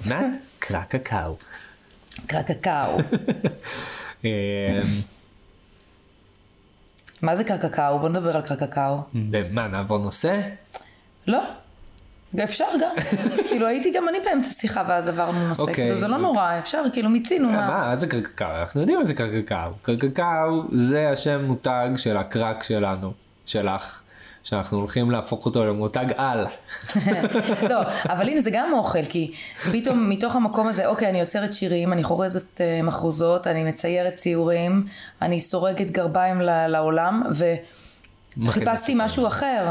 [SPEAKER 3] מתנת? קרא
[SPEAKER 5] [LAUGHS]
[SPEAKER 3] קקאו.
[SPEAKER 5] קרא קקאו.
[SPEAKER 3] אה,
[SPEAKER 5] מה זה קרא קקאו? בוא נדבר על קרא קקאו.
[SPEAKER 3] מה, נעבור נושא?
[SPEAKER 5] לא. אפשר גם. כאילו הייתי גם אני באמצע שיחה ואז עברנו נושא.
[SPEAKER 3] אוקיי. אה,
[SPEAKER 5] כאילו זה לא נורא, אפשר, כאילו מיצינו מה.
[SPEAKER 3] מה, זה קרקקאו? אנחנו יודעים מה זה קרקקאו. קרקקאו זה השם מותג של הקרק שלנו, שלך, שאנחנו הולכים להפוך אותו למותג
[SPEAKER 5] [LAUGHS]
[SPEAKER 3] על.
[SPEAKER 5] לא, אבל הנה זה גם אוכל, כי פתאום מתוך המקום הזה, אוקיי, אני יוצרת שירים, אני חורזת אה, מחרוזות, אני מציירת ציורים, אני סורגת גרביים ל- לעולם, ו... חיפשתי משהו אחר,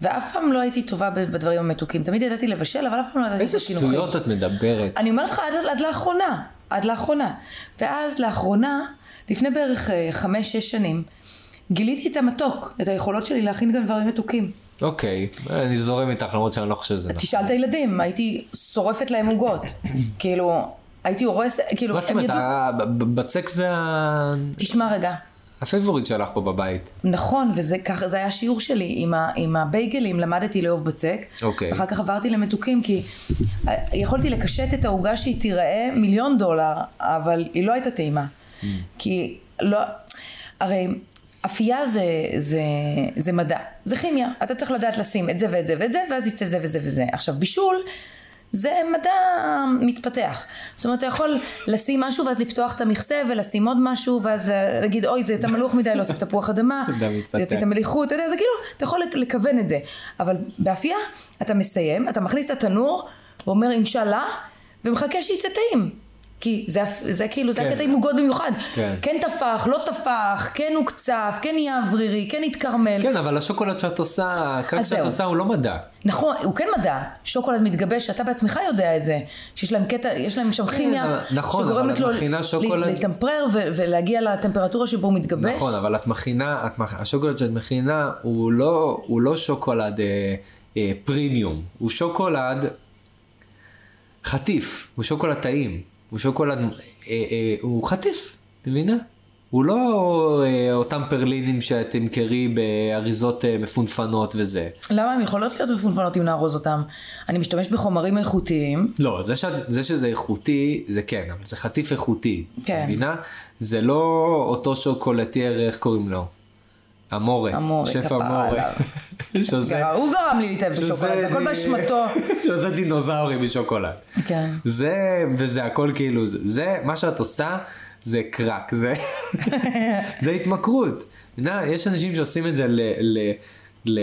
[SPEAKER 5] ואף פעם לא הייתי טובה ב- בדברים המתוקים. תמיד ידעתי לבשל, אבל אף פעם לא ידעתי
[SPEAKER 3] איזה
[SPEAKER 5] לעשות קינוחים.
[SPEAKER 3] שטויות את מדברת.
[SPEAKER 5] אני אומרת לך, עד, עד לאחרונה. עד לאחרונה. ואז לאחרונה, לפני בערך אה, חמש-שש שנים, גיליתי את המתוק, את היכולות שלי להכין גם דברים מתוקים.
[SPEAKER 3] אוקיי, אני זורם איתך למרות שאני לא חושב שזה נכון.
[SPEAKER 5] תשאל את הילדים, הייתי שורפת להם עוגות. כאילו, הייתי הורסת, כאילו,
[SPEAKER 3] מה זאת אומרת, אה? ה- ב- ב- בצק זה ה-
[SPEAKER 5] תשמע רגע,
[SPEAKER 3] הפייבוריט שלך פה בבית.
[SPEAKER 5] נכון, וזה ככה, זה היה שיעור שלי עם, ה, עם הבייגלים, למדתי לאהוב בצק.
[SPEAKER 3] אוקיי.
[SPEAKER 5] אחר כך עברתי למתוקים, כי אה, יכולתי לקשט את העוגה שהיא תיראה מיליון דולר, אבל היא לא הייתה טעימה. כי לא, הרי אפייה זה, זה, זה מדע, זה כימיה. אתה צריך לדעת לשים את זה ואת זה ואת זה, ואז יצא זה וזה וזה. עכשיו, בישול... זה מדע מתפתח. זאת אומרת, אתה יכול לשים משהו ואז לפתוח את המכסה ולשים עוד משהו ואז להגיד, אוי, זה יצא מלוח מדי, להוסיף תפוח אדמה,
[SPEAKER 3] מדע מתפתח.
[SPEAKER 5] זה יוצא את המליחות, אתה יודע, זה כאילו, אתה יכול לק- לכוון את זה. אבל באפייה, אתה מסיים, אתה מכניס את התנור, ואומר אינשאללה, ומחכה שיצא טעים. כי זה, הפ- זה כאילו, זה
[SPEAKER 3] כן.
[SPEAKER 5] הקטע עם עוגות במיוחד.
[SPEAKER 3] כן.
[SPEAKER 5] כן טפח, לא טפח, כן הוקצף, כן נהיה אוורירי, כן התקרמל.
[SPEAKER 3] כן, אבל השוקולד שאת עושה, הקרק
[SPEAKER 5] אז
[SPEAKER 3] שאת
[SPEAKER 5] זהו.
[SPEAKER 3] עושה הוא לא מדע.
[SPEAKER 5] נכון, הוא כן מדע. שוקולד מתגבש, אתה בעצמך יודע את זה. שיש להם קטע, יש להם שם כימיה,
[SPEAKER 3] אבל- נכון,
[SPEAKER 5] שגורמת
[SPEAKER 3] אבל את
[SPEAKER 5] לו
[SPEAKER 3] מכינה
[SPEAKER 5] ל-
[SPEAKER 3] שוקולד-
[SPEAKER 5] לטמפרר ו- ולהגיע לטמפרטורה שבו הוא מתגבש.
[SPEAKER 3] נכון, אבל את מכינה, את, מכ- השוקולד שאת מכינה הוא לא, הוא לא שוקולד אה, אה, פרימיום, הוא שוקולד חטיף, הוא שוקולד טעים, הוא שוקולד, אה, אה, הוא חטיף, את מבינה? הוא לא אה, אותם פרלינים שאת תמכרי באריזות אה, מפונפנות וזה.
[SPEAKER 5] למה הן יכולות להיות מפונפנות אם נארוז אותן? אני משתמש בחומרים איכותיים.
[SPEAKER 3] לא, זה, ש... זה שזה איכותי, זה כן, אבל זה חטיף איכותי.
[SPEAKER 5] כן.
[SPEAKER 3] את מבינה? זה לא אותו שוקולטייר, איך קוראים לו? אמורה.
[SPEAKER 5] אמורה,
[SPEAKER 3] שף
[SPEAKER 5] כפרה
[SPEAKER 3] אמורה. [LAUGHS]
[SPEAKER 5] עליו.
[SPEAKER 3] שזה,
[SPEAKER 5] גרם- הוא גרם לי להתאהב
[SPEAKER 3] שזה
[SPEAKER 5] בשוקולד, זה הכל
[SPEAKER 3] די-
[SPEAKER 5] באשמתו.
[SPEAKER 3] [LAUGHS] שזה דינוזאורים משוקולד.
[SPEAKER 5] כן.
[SPEAKER 3] זה, וזה הכל כאילו, זה, זה מה שאת עושה, זה קרק,
[SPEAKER 5] [LAUGHS]
[SPEAKER 3] זה, זה התמכרות. נה, יש אנשים שעושים את זה ל... ל ל-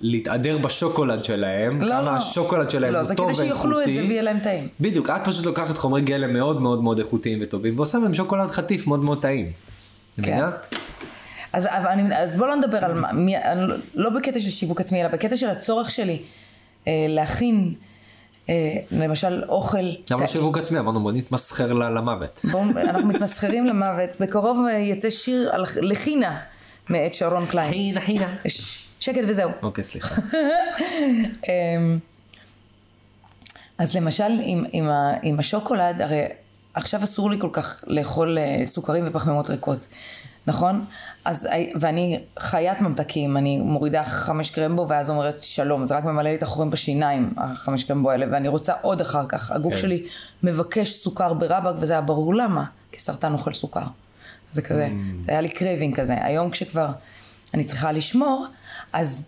[SPEAKER 3] להתהדר בשוקולד שלהם,
[SPEAKER 5] לא,
[SPEAKER 3] כמה
[SPEAKER 5] לא.
[SPEAKER 3] השוקולד שלהם
[SPEAKER 5] לא,
[SPEAKER 3] הוא
[SPEAKER 5] זה
[SPEAKER 3] טוב
[SPEAKER 5] כדי
[SPEAKER 3] ואיכותי.
[SPEAKER 5] שיאכלו את זה ויהיה להם טעים.
[SPEAKER 3] בדיוק, את פשוט לוקחת חומרי גלם מאוד מאוד מאוד איכותיים וטובים, ועושה מהם שוקולד חטיף מאוד מאוד טעים.
[SPEAKER 5] כן.
[SPEAKER 3] מבינה?
[SPEAKER 5] אז, אבל אני, אז בוא לא נדבר על מה, מי, אני לא- לא בקטע של שיווק עצמי, אלא בקטע של הצורך שלי אה, להכין, אה, למשל, אוכל.
[SPEAKER 3] למה שיווק עצמי? אמרנו בוא נתמסחר לה
[SPEAKER 5] [LAUGHS]
[SPEAKER 3] למוות.
[SPEAKER 5] בואו, אנחנו מתמסחרים למוות. בקרוב אה, יצא שיר על לחינה מאת שרון קליין.
[SPEAKER 3] חינה חינה.
[SPEAKER 5] ש- שקט וזהו.
[SPEAKER 3] אוקיי,
[SPEAKER 5] [LAUGHS]
[SPEAKER 3] סליחה.
[SPEAKER 5] אמ, אז למשל, עם, עם, ה, עם השוקולד, הרי עכשיו אסור לי כל כך לאכול אה, סוכרים ופחמימות ריקות, נכון? אז, הי- ואני חיית ממתקים, אני מורידה חמש קרמבו ואז אומרת שלום, זה רק ממלא לי את החורים בשיניים, החמש קרמבו האלה, ואני רוצה עוד אחר כך. הגוף
[SPEAKER 3] כן.
[SPEAKER 5] שלי מבקש סוכר ברבק, וזה היה ברור למה, כי סרטן אוכל סוכר. זה כזה, זה היה לי קרייבינג כזה. היום כשכבר אני צריכה לשמור, אז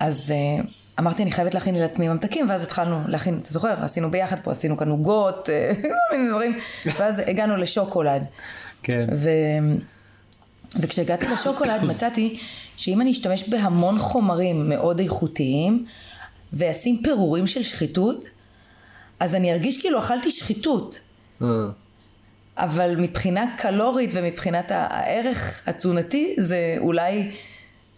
[SPEAKER 5] אז uh, אמרתי, אני חייבת להכין לעצמי ממתקים, ואז התחלנו להכין, אתה זוכר? עשינו ביחד פה, עשינו כאן עוגות, אה, [LAUGHS] כל מיני דברים, ואז הגענו לשוקולד.
[SPEAKER 3] כן.
[SPEAKER 5] ו... וכשהגעתי לשוקולד מצאתי שאם אני אשתמש בהמון חומרים מאוד איכותיים ואשים פירורים של שחיתות, אז אני ארגיש כאילו אכלתי שחיתות.
[SPEAKER 3] אה.
[SPEAKER 5] אבל מבחינה קלורית ומבחינת ה- הערך התזונתי זה אולי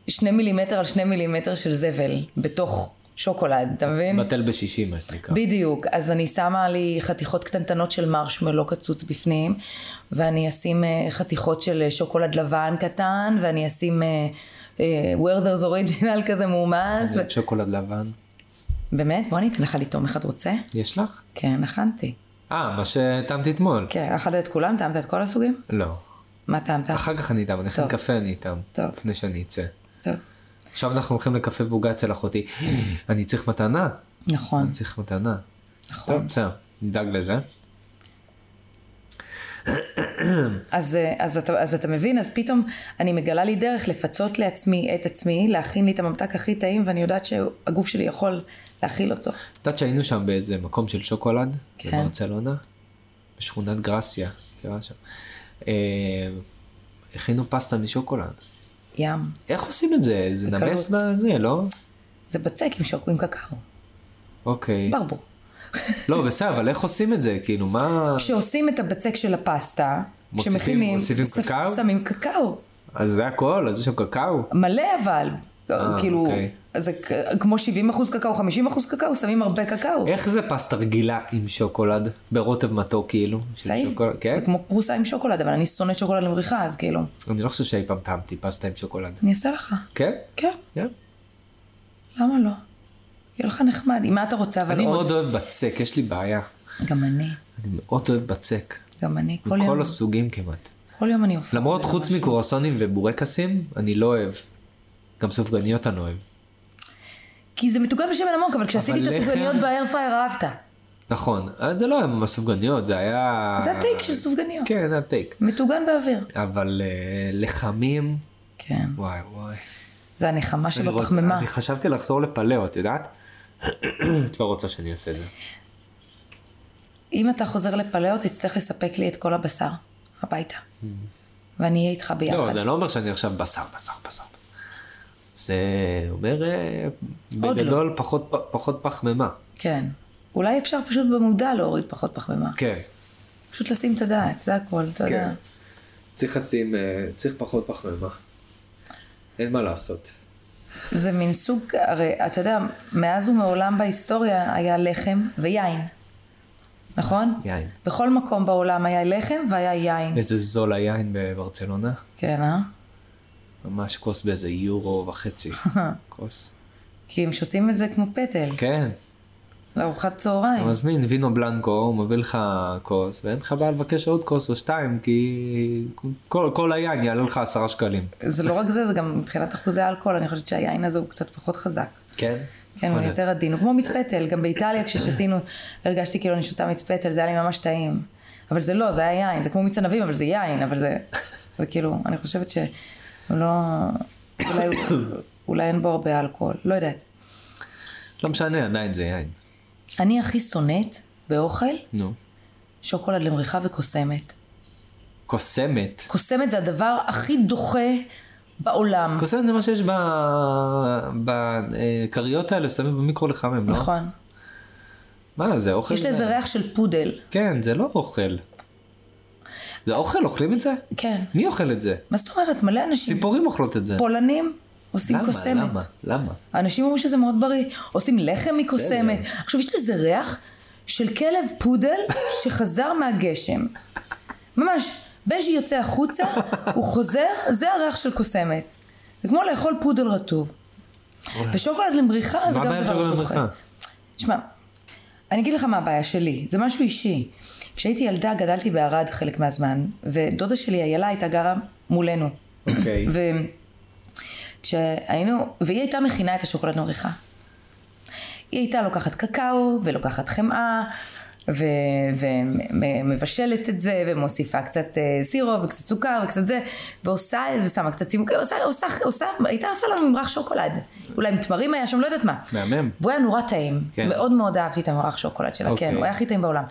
[SPEAKER 5] שני מילימטר על שני מילימטר של זבל בתוך שוקולד, אתה מבין?
[SPEAKER 3] בטל בשישים מה שנקרא.
[SPEAKER 5] בדיוק, אז אני שמה לי חתיכות קטנטנות של מרשמלו קצוץ בפנים, ואני אשים אה, חתיכות של אה, שוקולד לבן קטן, ואני אשים אה, אה, Werther's Original [LAUGHS] כזה מאומץ. ו...
[SPEAKER 3] זה שוקולד לבן.
[SPEAKER 5] באמת? בוא אני אתן לך לטעום אחד רוצה?
[SPEAKER 3] יש לך?
[SPEAKER 5] כן, הכנתי.
[SPEAKER 3] אה, מה שטעמתי אתמול.
[SPEAKER 5] כן, אכלת את כולם? טעמת את כל הסוגים?
[SPEAKER 3] לא.
[SPEAKER 5] מה טעמת?
[SPEAKER 3] אחר כך אני איתם, אני אכין
[SPEAKER 5] טוב.
[SPEAKER 3] קפה, אני איתם.
[SPEAKER 5] טוב.
[SPEAKER 3] לפני שאני אצא.
[SPEAKER 5] טוב.
[SPEAKER 3] עכשיו אנחנו הולכים לקפה ועוגה אצל אחותי. [GASPS] אני צריך מתנה.
[SPEAKER 5] נכון,
[SPEAKER 3] אני צריך מתנה.
[SPEAKER 5] נכון.
[SPEAKER 3] טוב, בסדר. נדאג לזה.
[SPEAKER 5] אז, אה, אז, אתה, אז אתה מבין, אז פתאום אני מגלה לי דרך לפצות לעצמי את עצמי, להכין לי את הממתק הכי טעים, ואני יודעת שהגוף שלי יכול להכיל אותו.
[SPEAKER 3] את יודעת שהיינו שם באיזה מקום של שוקולד,
[SPEAKER 5] כן.
[SPEAKER 3] בברצלונה, בשכונת גרסיה, מכירה שם. אה, הכינו פסטה משוקולד.
[SPEAKER 5] ים.
[SPEAKER 3] איך עושים את זה? זה
[SPEAKER 5] בקלות.
[SPEAKER 3] נמס בזה, לא?
[SPEAKER 5] זה בצק עם שוק, עם קקאו.
[SPEAKER 3] אוקיי.
[SPEAKER 5] ברבור.
[SPEAKER 3] לא, בסדר, אבל איך עושים את זה? כאילו, מה...
[SPEAKER 5] כשעושים את הבצק של הפסטה,
[SPEAKER 3] מוסיפים-
[SPEAKER 5] כשמכינים,
[SPEAKER 3] מוסיפים
[SPEAKER 5] ש-
[SPEAKER 3] קקאו?
[SPEAKER 5] שמים קקאו.
[SPEAKER 3] אז זה הכל? אז יש שם קקאו?
[SPEAKER 5] מלא אבל.
[SPEAKER 3] אה,
[SPEAKER 5] כאילו,
[SPEAKER 3] אוקיי.
[SPEAKER 5] זה כ- כמו 70 אחוז קקאו, 50 אחוז קקאו, שמים הרבה קקאו.
[SPEAKER 3] איך זה פסטה רגילה עם שוקולד? ברוטב מתוק, כאילו? של
[SPEAKER 5] טעים.
[SPEAKER 3] שוקולד, כן?
[SPEAKER 5] זה כמו פרוסה עם שוקולד, אבל אני שונאת שוקולד עם ריחה, אז כאילו,
[SPEAKER 3] אני לא חושב שאי פעם טעמתי פסטה עם שוקולד.
[SPEAKER 5] אני אעשה לך.
[SPEAKER 3] כן?
[SPEAKER 5] כן.
[SPEAKER 3] כן.
[SPEAKER 5] למה לא? יהיה לך נחמד. עם מה אתה רוצה אבל
[SPEAKER 3] אני
[SPEAKER 5] עוד?
[SPEAKER 3] מאוד אוהב בצק, יש לי בעיה.
[SPEAKER 5] גם אני.
[SPEAKER 3] אני מאוד אוהב בצק.
[SPEAKER 5] גם אני. כל יום.
[SPEAKER 3] מכל הסוגים כמעט.
[SPEAKER 5] כל יום אני הופכת.
[SPEAKER 3] למרות חוץ מקורסונים ובורקסים, אני לא אוהב. גם סופגניות אני אוהב.
[SPEAKER 5] כי זה מתוקן בשמן עמוק, אבל כשעשיתי את
[SPEAKER 3] לחם-
[SPEAKER 5] הסופגניות באיירפייר אהבת.
[SPEAKER 3] נכון, אז זה לא היה ממש סופגניות, זה היה...
[SPEAKER 5] זה הטייק של סופגניות.
[SPEAKER 3] אה, כן, זה הטייק.
[SPEAKER 5] מטוגן באוויר.
[SPEAKER 3] אבל אה, לחמים,
[SPEAKER 5] כן.
[SPEAKER 3] וואי וואי.
[SPEAKER 5] זה הנחמה
[SPEAKER 3] אני רוצ-
[SPEAKER 5] שבפחמימה.
[SPEAKER 3] אני חשבתי לחזור לפלאו, את יודעת? [COUGHS] את לא רוצה שאני אעשה את זה.
[SPEAKER 5] אם אתה חוזר לפלאו, תצטרך לספק לי את כל הבשר הביתה. ואני אהיה איתך
[SPEAKER 3] לא,
[SPEAKER 5] ביחד.
[SPEAKER 3] זה לא אומר שאני עכשיו בשר, בשר, בשר. זה אומר אה,
[SPEAKER 5] עוד
[SPEAKER 3] בגדול פחות פ- פחות פחמימה.
[SPEAKER 5] כן. אולי אפשר פשוט במודע להוריד פחות פחמימה.
[SPEAKER 3] כן.
[SPEAKER 5] פשוט לשים את הדעת, זה הכל, אתה יודע.
[SPEAKER 3] כן. צריך לשים, אה, צריך פחות פחמימה. אין מה לעשות.
[SPEAKER 5] זה מין סוג, הרי אתה יודע, מאז ומעולם בהיסטוריה היה לחם ויין, נכון?
[SPEAKER 3] יין.
[SPEAKER 5] בכל מקום בעולם היה לחם והיה יין.
[SPEAKER 3] איזה זול היין בברצלונה.
[SPEAKER 5] כן, אה?
[SPEAKER 3] ממש כוס באיזה יורו וחצי. כוס.
[SPEAKER 5] כי הם שותים את זה כמו פטל,
[SPEAKER 3] כן.
[SPEAKER 5] לארוחת צהריים.
[SPEAKER 3] אתה מזמין וינו בלנקו, הוא מביא לך כוס, ואין לך בעיה לבקש עוד כוס או שתיים, כי כל, כל היין יעלה לך עשרה שקלים.
[SPEAKER 5] זה לא רק זה, זה גם מבחינת אחוזי האלכוהול, אני חושבת שהיין הזה הוא קצת פחות חזק.
[SPEAKER 3] כן?
[SPEAKER 5] כן, הוא יותר עדין, הוא כמו מיץ פטל, גם באיטליה כששתינו הרגשתי כאילו אני שותה מיץ פטל, זה היה לי ממש טעים. אבל זה לא, זה היה יין, זה כמו מיץ ענבים, אבל זה יין, אבל זה, זה כאילו, אני חושבת שהוא לא, אולי, אולי אין בו הרבה אלכוהול, לא יודעת.
[SPEAKER 3] לא משנה, עדיין זה יין.
[SPEAKER 5] אני הכי שונאת באוכל
[SPEAKER 3] נו.
[SPEAKER 5] שוקולד למריחה וקוסמת.
[SPEAKER 3] קוסמת.
[SPEAKER 5] קוסמת זה הדבר הכי דוחה בעולם.
[SPEAKER 3] קוסמת זה מה שיש בכריות האלה, שמים במיקרו לחמם, לא?
[SPEAKER 5] נכון.
[SPEAKER 3] מה, זה אוכל?
[SPEAKER 5] יש לזה ריח של פודל.
[SPEAKER 3] כן, זה לא אוכל. זה אוכל, אוכלים את זה?
[SPEAKER 5] כן.
[SPEAKER 3] מי אוכל את זה?
[SPEAKER 5] מה זאת אומרת? מלא אנשים.
[SPEAKER 3] ציפורים אוכלות את זה.
[SPEAKER 5] פולנים עושים
[SPEAKER 3] למה?
[SPEAKER 5] קוסמת.
[SPEAKER 3] למה? למה?
[SPEAKER 5] אנשים אמרו שזה מאוד בריא, עושים לחם מקוסמת. עכשיו, יש לזה ריח של כלב פודל שחזר מהגשם. ממש, בז'י יוצא החוצה, הוא חוזר, זה הריח של קוסמת. זה כמו לאכול פודל רטוב. ושוקולד למריחה זה
[SPEAKER 3] מה
[SPEAKER 5] גם
[SPEAKER 3] הבעיה עם
[SPEAKER 5] דבר
[SPEAKER 3] שוקולד
[SPEAKER 5] דוחה.
[SPEAKER 3] ממך?
[SPEAKER 5] תשמע, אני אגיד לך מה הבעיה שלי, זה משהו אישי. כשהייתי ילדה גדלתי בערד חלק מהזמן, ודודה שלי איילה הייתה גרה מולנו.
[SPEAKER 3] אוקיי.
[SPEAKER 5] וכשהיינו, והיא הייתה מכינה את השוקולד נוריכה. היא הייתה לוקחת קקאו, ולוקחת חמאה, ומבשלת את זה, ומוסיפה קצת אה, סירופ, וקצת סוכר, וקצת זה, ועושה, ושמה קצת סימוקים, עושה, עושה, עושה, הייתה עושה לנו ממרח שוקולד. אולי עם תמרים היה שם, לא יודעת מה.
[SPEAKER 3] מהמם.
[SPEAKER 5] והוא היה נורא טעים.
[SPEAKER 3] כן.
[SPEAKER 5] כן. מאוד מאוד אהבתי את המרח שוקולד שלה,
[SPEAKER 3] אוקיי.
[SPEAKER 5] כן, הוא היה הכי טעים בעולם.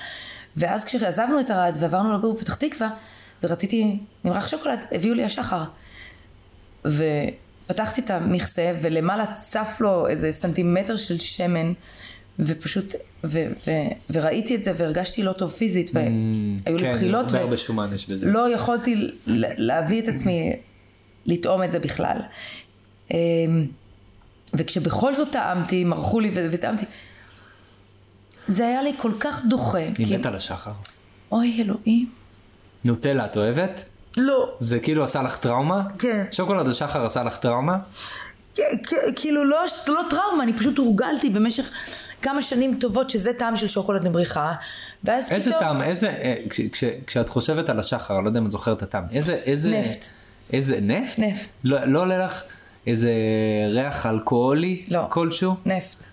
[SPEAKER 5] ואז כשעזבנו את ערד ועברנו לגור בפתח תקווה, ורציתי ממרח שוקולד, הביאו לי השחר. ופתחתי את המכסה, ולמעלה צף לו איזה סנטימטר של שמן, ופשוט, ו- ו- וראיתי את זה, והרגשתי לא טוב פיזית, והיו לי
[SPEAKER 3] Mm, כן,
[SPEAKER 5] בחילות,
[SPEAKER 3] הרבה הרבה שומן יש בזה.
[SPEAKER 5] לא יכולתי ל- להביא את עצמי לטעום את זה בכלל. אמ, וכשבכל זאת טעמתי, מרחו לי ו- וטעמתי, זה היה לי כל כך דוחה.
[SPEAKER 3] אני
[SPEAKER 5] כי-
[SPEAKER 3] מת על השחר.
[SPEAKER 5] אוי אלוהים.
[SPEAKER 3] נוטלה, את אוהבת?
[SPEAKER 5] לא.
[SPEAKER 3] זה כאילו עשה לך טראומה?
[SPEAKER 5] כן.
[SPEAKER 3] שוקולד השחר עשה לך טראומה?
[SPEAKER 5] כ- כ- כאילו לא, לא טראומה, אני פשוט הורגלתי במשך כמה שנים טובות שזה טעם של שוקולד לבריחה. ואז
[SPEAKER 3] איזה
[SPEAKER 5] פתאום...
[SPEAKER 3] טעם, איזה, אה, כש- כש- כשאת חושבת על השחר, לא יודע אם את זוכרת את הטעם, איזה, איזה,
[SPEAKER 5] נפט.
[SPEAKER 3] איזה, נפט?
[SPEAKER 5] נפט.
[SPEAKER 3] לא לא עולה לך איזה ריח אלכוהולי?
[SPEAKER 5] לא.
[SPEAKER 3] כלשהו?
[SPEAKER 5] נפט.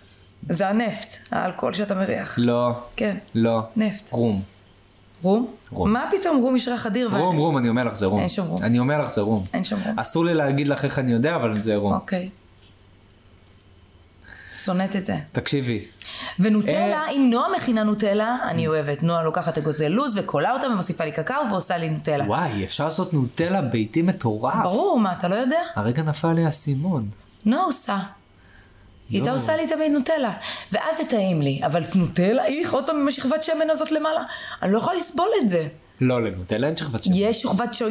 [SPEAKER 5] זה הנפט, האלכוהול שאתה מריח.
[SPEAKER 3] לא.
[SPEAKER 5] כן.
[SPEAKER 3] לא.
[SPEAKER 5] נפט.
[SPEAKER 3] רום.
[SPEAKER 5] רום?
[SPEAKER 3] רום.
[SPEAKER 5] מה פתאום רום יש ריח אדיר? ו-
[SPEAKER 3] רום, רום, אני אומר לך זה רום.
[SPEAKER 5] אין שם רום.
[SPEAKER 3] אני אומר לך זה רום.
[SPEAKER 5] אין שם רום.
[SPEAKER 3] אסור לי להגיד לך איך אני יודע, אבל זה רום.
[SPEAKER 5] אוקיי. שונאת את זה.
[SPEAKER 3] תקשיבי,
[SPEAKER 5] ונוטלה, אם נועה מכינה נוטלה, אני אוהבת. נועה לוקחת אגוזי לוז וכולה אותה ומוסיפה לי קקאו ועושה לי נוטלה.
[SPEAKER 3] וואי, אפשר לעשות נוטלה ביתי מטורף.
[SPEAKER 5] ברור, מה, אתה לא יודע?
[SPEAKER 3] הרגע נפל לי האסימון.
[SPEAKER 5] נועה עושה. היא הייתה עושה לי תמיד נוטלה. ואז זה טעים לי, אבל נוטלה, איך, עוד פעם עם השכבת שמן הזאת למעלה? אני לא יכולה לסבול את זה.
[SPEAKER 3] לא, לנוטלה אין שכבת שמן.
[SPEAKER 5] יש שכבת ש...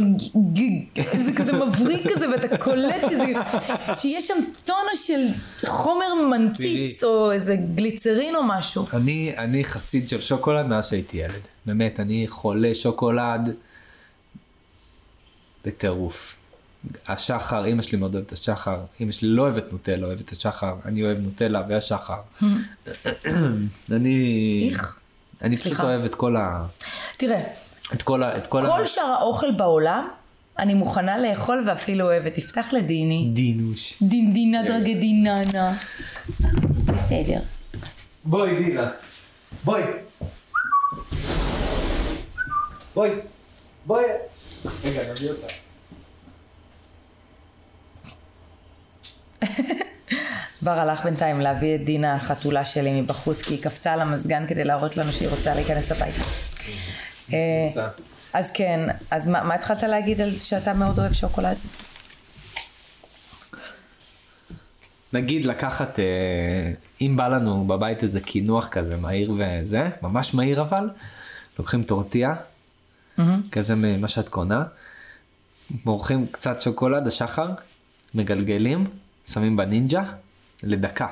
[SPEAKER 5] זה כזה מבריק כזה, ואתה קולט שזה... שיש שם טונה של חומר מנציץ, או איזה גליצרין או משהו.
[SPEAKER 3] אני, אני חסיד של שוקולד מאז שהייתי ילד. באמת, אני חולה שוקולד בטירוף. השחר, אימא שלי מאוד אוהבת את השחר. אימא שלי לא אוהבת נוטלה, אוהבת את השחר. אני אוהב נוטלה והשחר.
[SPEAKER 5] [LAUGHS]
[SPEAKER 3] אני...
[SPEAKER 5] איך?
[SPEAKER 3] אני פשוט
[SPEAKER 5] סליחה.
[SPEAKER 3] אוהב את כל ה...
[SPEAKER 5] תראה,
[SPEAKER 3] את כל ה... את כל ה...
[SPEAKER 5] כל שאר האוכל בעולם, אני מוכנה לאכול ואפילו אוהבת. תפתח לדיני. Mm.
[SPEAKER 3] דינוש.
[SPEAKER 5] דינדינה דרגדיננה. בסדר.
[SPEAKER 3] בואי, דינה. בואי. בואי. בואי. רגע, נביא אותה.
[SPEAKER 5] בר הלך בינתיים להביא את דינה החתולה שלי מבחוץ, כי היא קפצה על המזגן כדי להראות לנו שהיא רוצה להיכנס הביתה. אה,
[SPEAKER 3] ניסה.
[SPEAKER 5] אז כן, אז מה מה התחלת להגיד על שאתה מאוד אוהב שוקולד?
[SPEAKER 3] נגיד לקחת, אה, אם בא לנו בבית איזה קינוח כזה מהיר וזה, ממש מהיר אבל, לוקחים טורטיה, כזה ממה שאת קונה. מורחים קצת שוקולד, השחר, מגלגלים, שמים בנינג'ה, לדקה.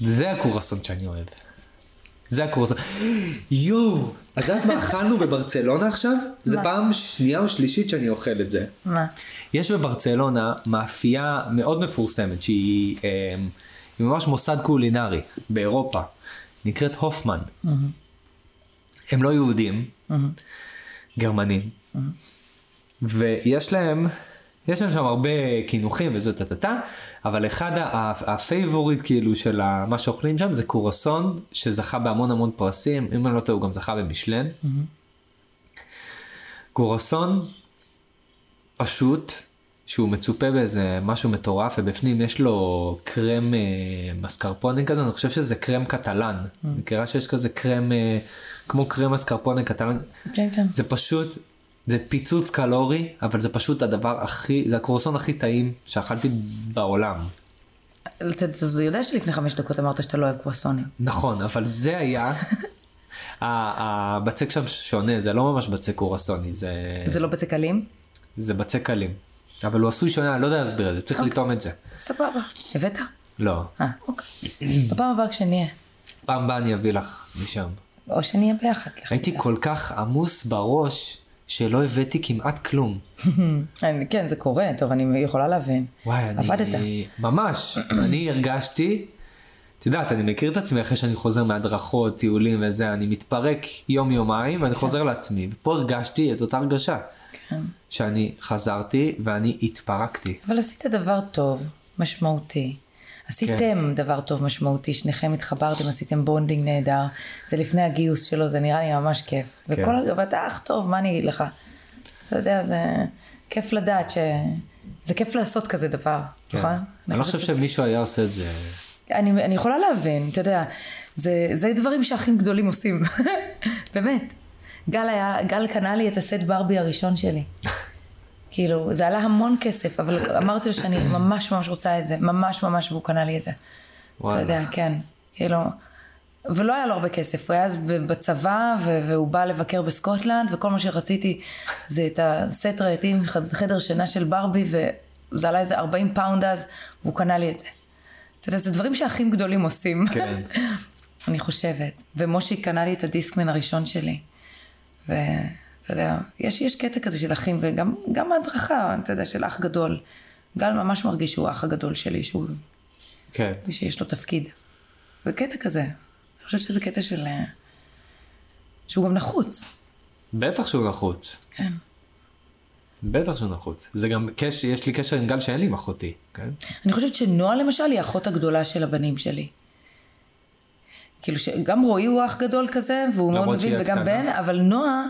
[SPEAKER 3] זה הקורסון שאני אוהב. זה הקורסון. יואו, את יודעת מה אכלנו בברצלונה עכשיו? זה
[SPEAKER 5] מה?
[SPEAKER 3] פעם שנייה או שלישית שאני אוכל את זה.
[SPEAKER 5] מה?
[SPEAKER 3] יש בברצלונה מאפייה מאוד מפורסמת שהיא אה, היא ממש מוסד קולינרי באירופה, נקראת הופמן. הם לא יהודים, גרמנים, ויש להם, יש להם שם הרבה קינוחים וזה טה טה טה, אבל אחד ה- ה- הפייבוריט כאילו של ה- מה שאוכלים שם זה קורסון שזכה בהמון המון פרסים, אם אני לא טועה הוא גם זכה במשלן. קורסון פשוט, שהוא מצופה באיזה משהו מטורף, ובפנים יש לו קרם אה, מסקרפונה כזה, אני חושב שזה קרם קטלן. מכירה שיש כזה קרם, אה, כמו קרם מסקרפונה קטלן?
[SPEAKER 5] כן, כן.
[SPEAKER 3] זה פשוט, זה פיצוץ קלורי, אבל זה פשוט הדבר הכי, זה הקורסון הכי טעים שאכלתי בעולם.
[SPEAKER 5] אתה אתה יודע שלפני חמש דקות אמרת שאתה לא אוהב קרואסונים.
[SPEAKER 3] נכון, אבל זה היה... ה- הבצק שם שונה, זה לא ממש בצק קורסוני, זה,
[SPEAKER 5] זה לא בצק אלים?
[SPEAKER 3] זה בצק קלים. אבל הוא עשוי שונה, אני לא יודע להסביר את זה, צריך לטעום את זה.
[SPEAKER 5] סבבה. הבאת?
[SPEAKER 3] לא,
[SPEAKER 5] אה, אוקיי. בפעם הבאה כשנהיה.
[SPEAKER 3] פעם הבאה אני אביא לך משם.
[SPEAKER 5] או שנהיה ביחד.
[SPEAKER 3] הייתי כל כך עמוס בראש, שלא הבאתי כמעט כלום.
[SPEAKER 5] אני- כן, זה קורה, טוב, אני יכולה להבין.
[SPEAKER 3] וואי, אני...
[SPEAKER 5] עבדת.
[SPEAKER 3] ממש. [CLEARS THROAT] אני הרגשתי, את יודעת, אני מכיר את עצמי אחרי שאני חוזר מהדרכות, טיולים וזה, אני מתפרק יום-יומיים
[SPEAKER 5] כן.
[SPEAKER 3] ואני חוזר לעצמי. ופה הרגשתי את אותה הרגשה. שאני חזרתי ואני התפרקתי.
[SPEAKER 5] אבל עשית דבר טוב, משמעותי.
[SPEAKER 3] כן.
[SPEAKER 5] עשיתם דבר טוב משמעותי, שניכם התחברתם, עשיתם בונדינג נהדר. זה לפני הגיוס שלו, זה נראה לי ממש כיף.
[SPEAKER 3] כן.
[SPEAKER 5] וכל, ה- ואתה אח טוב, מה אני אגיד לך? אתה יודע, זה כיף לדעת ש... זה כיף לעשות כזה דבר, נכון?
[SPEAKER 3] אני לא
[SPEAKER 5] חושבת
[SPEAKER 3] חושב שמישהו היה עושה את זה.
[SPEAKER 5] [LAUGHS] אני, אני יכולה להבין, אתה יודע, זה, זה דברים שאחים גדולים עושים, [LAUGHS] באמת. גל, היה, גל קנה לי את הסט ברבי הראשון שלי. [LAUGHS] כאילו, זה עלה המון כסף, אבל אמרתי לו שאני ממש ממש רוצה את זה, ממש ממש, והוא קנה לי את זה. אתה
[SPEAKER 3] וואלה.
[SPEAKER 5] יודע, כן, כאילו, ולא היה לו הרבה כסף, הוא היה אז ב- בצבא, ו- והוא בא לבקר בסקוטלנד, וכל מה שרציתי זה את הסט רהיטים, חד- חדר שינה של ברבי, וזה עלה איזה 40 פאונד אז, והוא קנה לי את זה. אתה יודע, זה דברים שאחים גדולים עושים.
[SPEAKER 3] כן.
[SPEAKER 5] [LAUGHS] אני חושבת. ומושי קנה לי את הדיסקמן הראשון שלי. ואתה יודע, יש, יש קטע כזה של אחים, וגם גם ההדרכה, אתה יודע, של אח גדול. גל ממש מרגיש שהוא האח הגדול שלי, שהוא,
[SPEAKER 3] כן.
[SPEAKER 5] שיש לו תפקיד. זה קטע כזה. אני חושבת שזה קטע של... אה, שהוא גם נחוץ.
[SPEAKER 3] בטח שהוא נחוץ.
[SPEAKER 5] כן.
[SPEAKER 3] בטח שהוא נחוץ. זה גם קשר, יש לי קשר עם גל שאין לי עם אחותי. כן?
[SPEAKER 5] אני חושבת שנועה למשל היא האחות הגדולה של הבנים שלי. כאילו שגם רועי הוא אח גדול כזה, והוא מאוד
[SPEAKER 3] למרות שהיא
[SPEAKER 5] מבין, וגם
[SPEAKER 3] הקטנה.
[SPEAKER 5] בן, אבל נועה,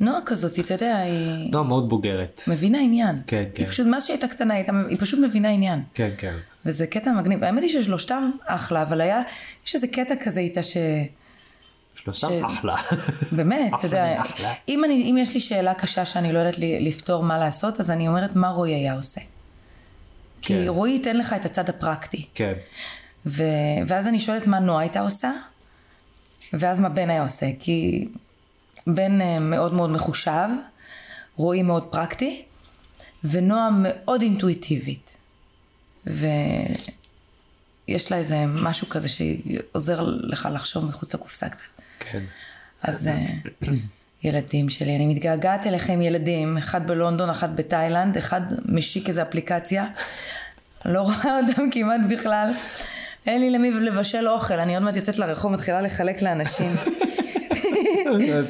[SPEAKER 5] נועה כזאת, אתה יודע, היא...
[SPEAKER 3] נועה מאוד בוגרת.
[SPEAKER 5] מבינה עניין.
[SPEAKER 3] כן, כן.
[SPEAKER 5] היא פשוט, מאז שהייתה קטנה, היא, הייתה- היא פשוט מבינה עניין.
[SPEAKER 3] כן, כן.
[SPEAKER 5] וזה קטע מגניב. האמת היא ששלושתם אחלה, אבל היה, יש איזה קטע כזה איתה ש...
[SPEAKER 3] שלושתם
[SPEAKER 5] ש-
[SPEAKER 3] אחלה. [LAUGHS]
[SPEAKER 5] באמת, אתה
[SPEAKER 3] אחלה,
[SPEAKER 5] יודע,
[SPEAKER 3] אחלה.
[SPEAKER 5] אם, אני, אם יש לי שאלה קשה שאני לא יודעת לי, לפתור מה לעשות, אז אני אומרת, מה רועי היה עושה? כי
[SPEAKER 3] כן.
[SPEAKER 5] רועי ייתן לך את הצד הפרקטי.
[SPEAKER 3] כן.
[SPEAKER 5] ו... ואז אני שואלת מה נועה הייתה עושה, ואז מה בן היה עושה, כי בן אה, מאוד מאוד מחושב, רועי מאוד פרקטי, ונועה מאוד אינטואיטיבית. ויש לה איזה משהו כזה שעוזר לך לחשוב מחוץ לקופסה קצת.
[SPEAKER 3] כן. [LAUGHS]
[SPEAKER 5] אז אה, ילדים שלי, אני מתגעגעת אליכם ילדים, אחד בלונדון, אחת בתאילנד, אחד משיק איזה אפליקציה, לא רואה אותם כמעט בכלל. אין לי למי לבשל אוכל, אני עוד מעט יוצאת לרחוב, מתחילה לחלק לאנשים.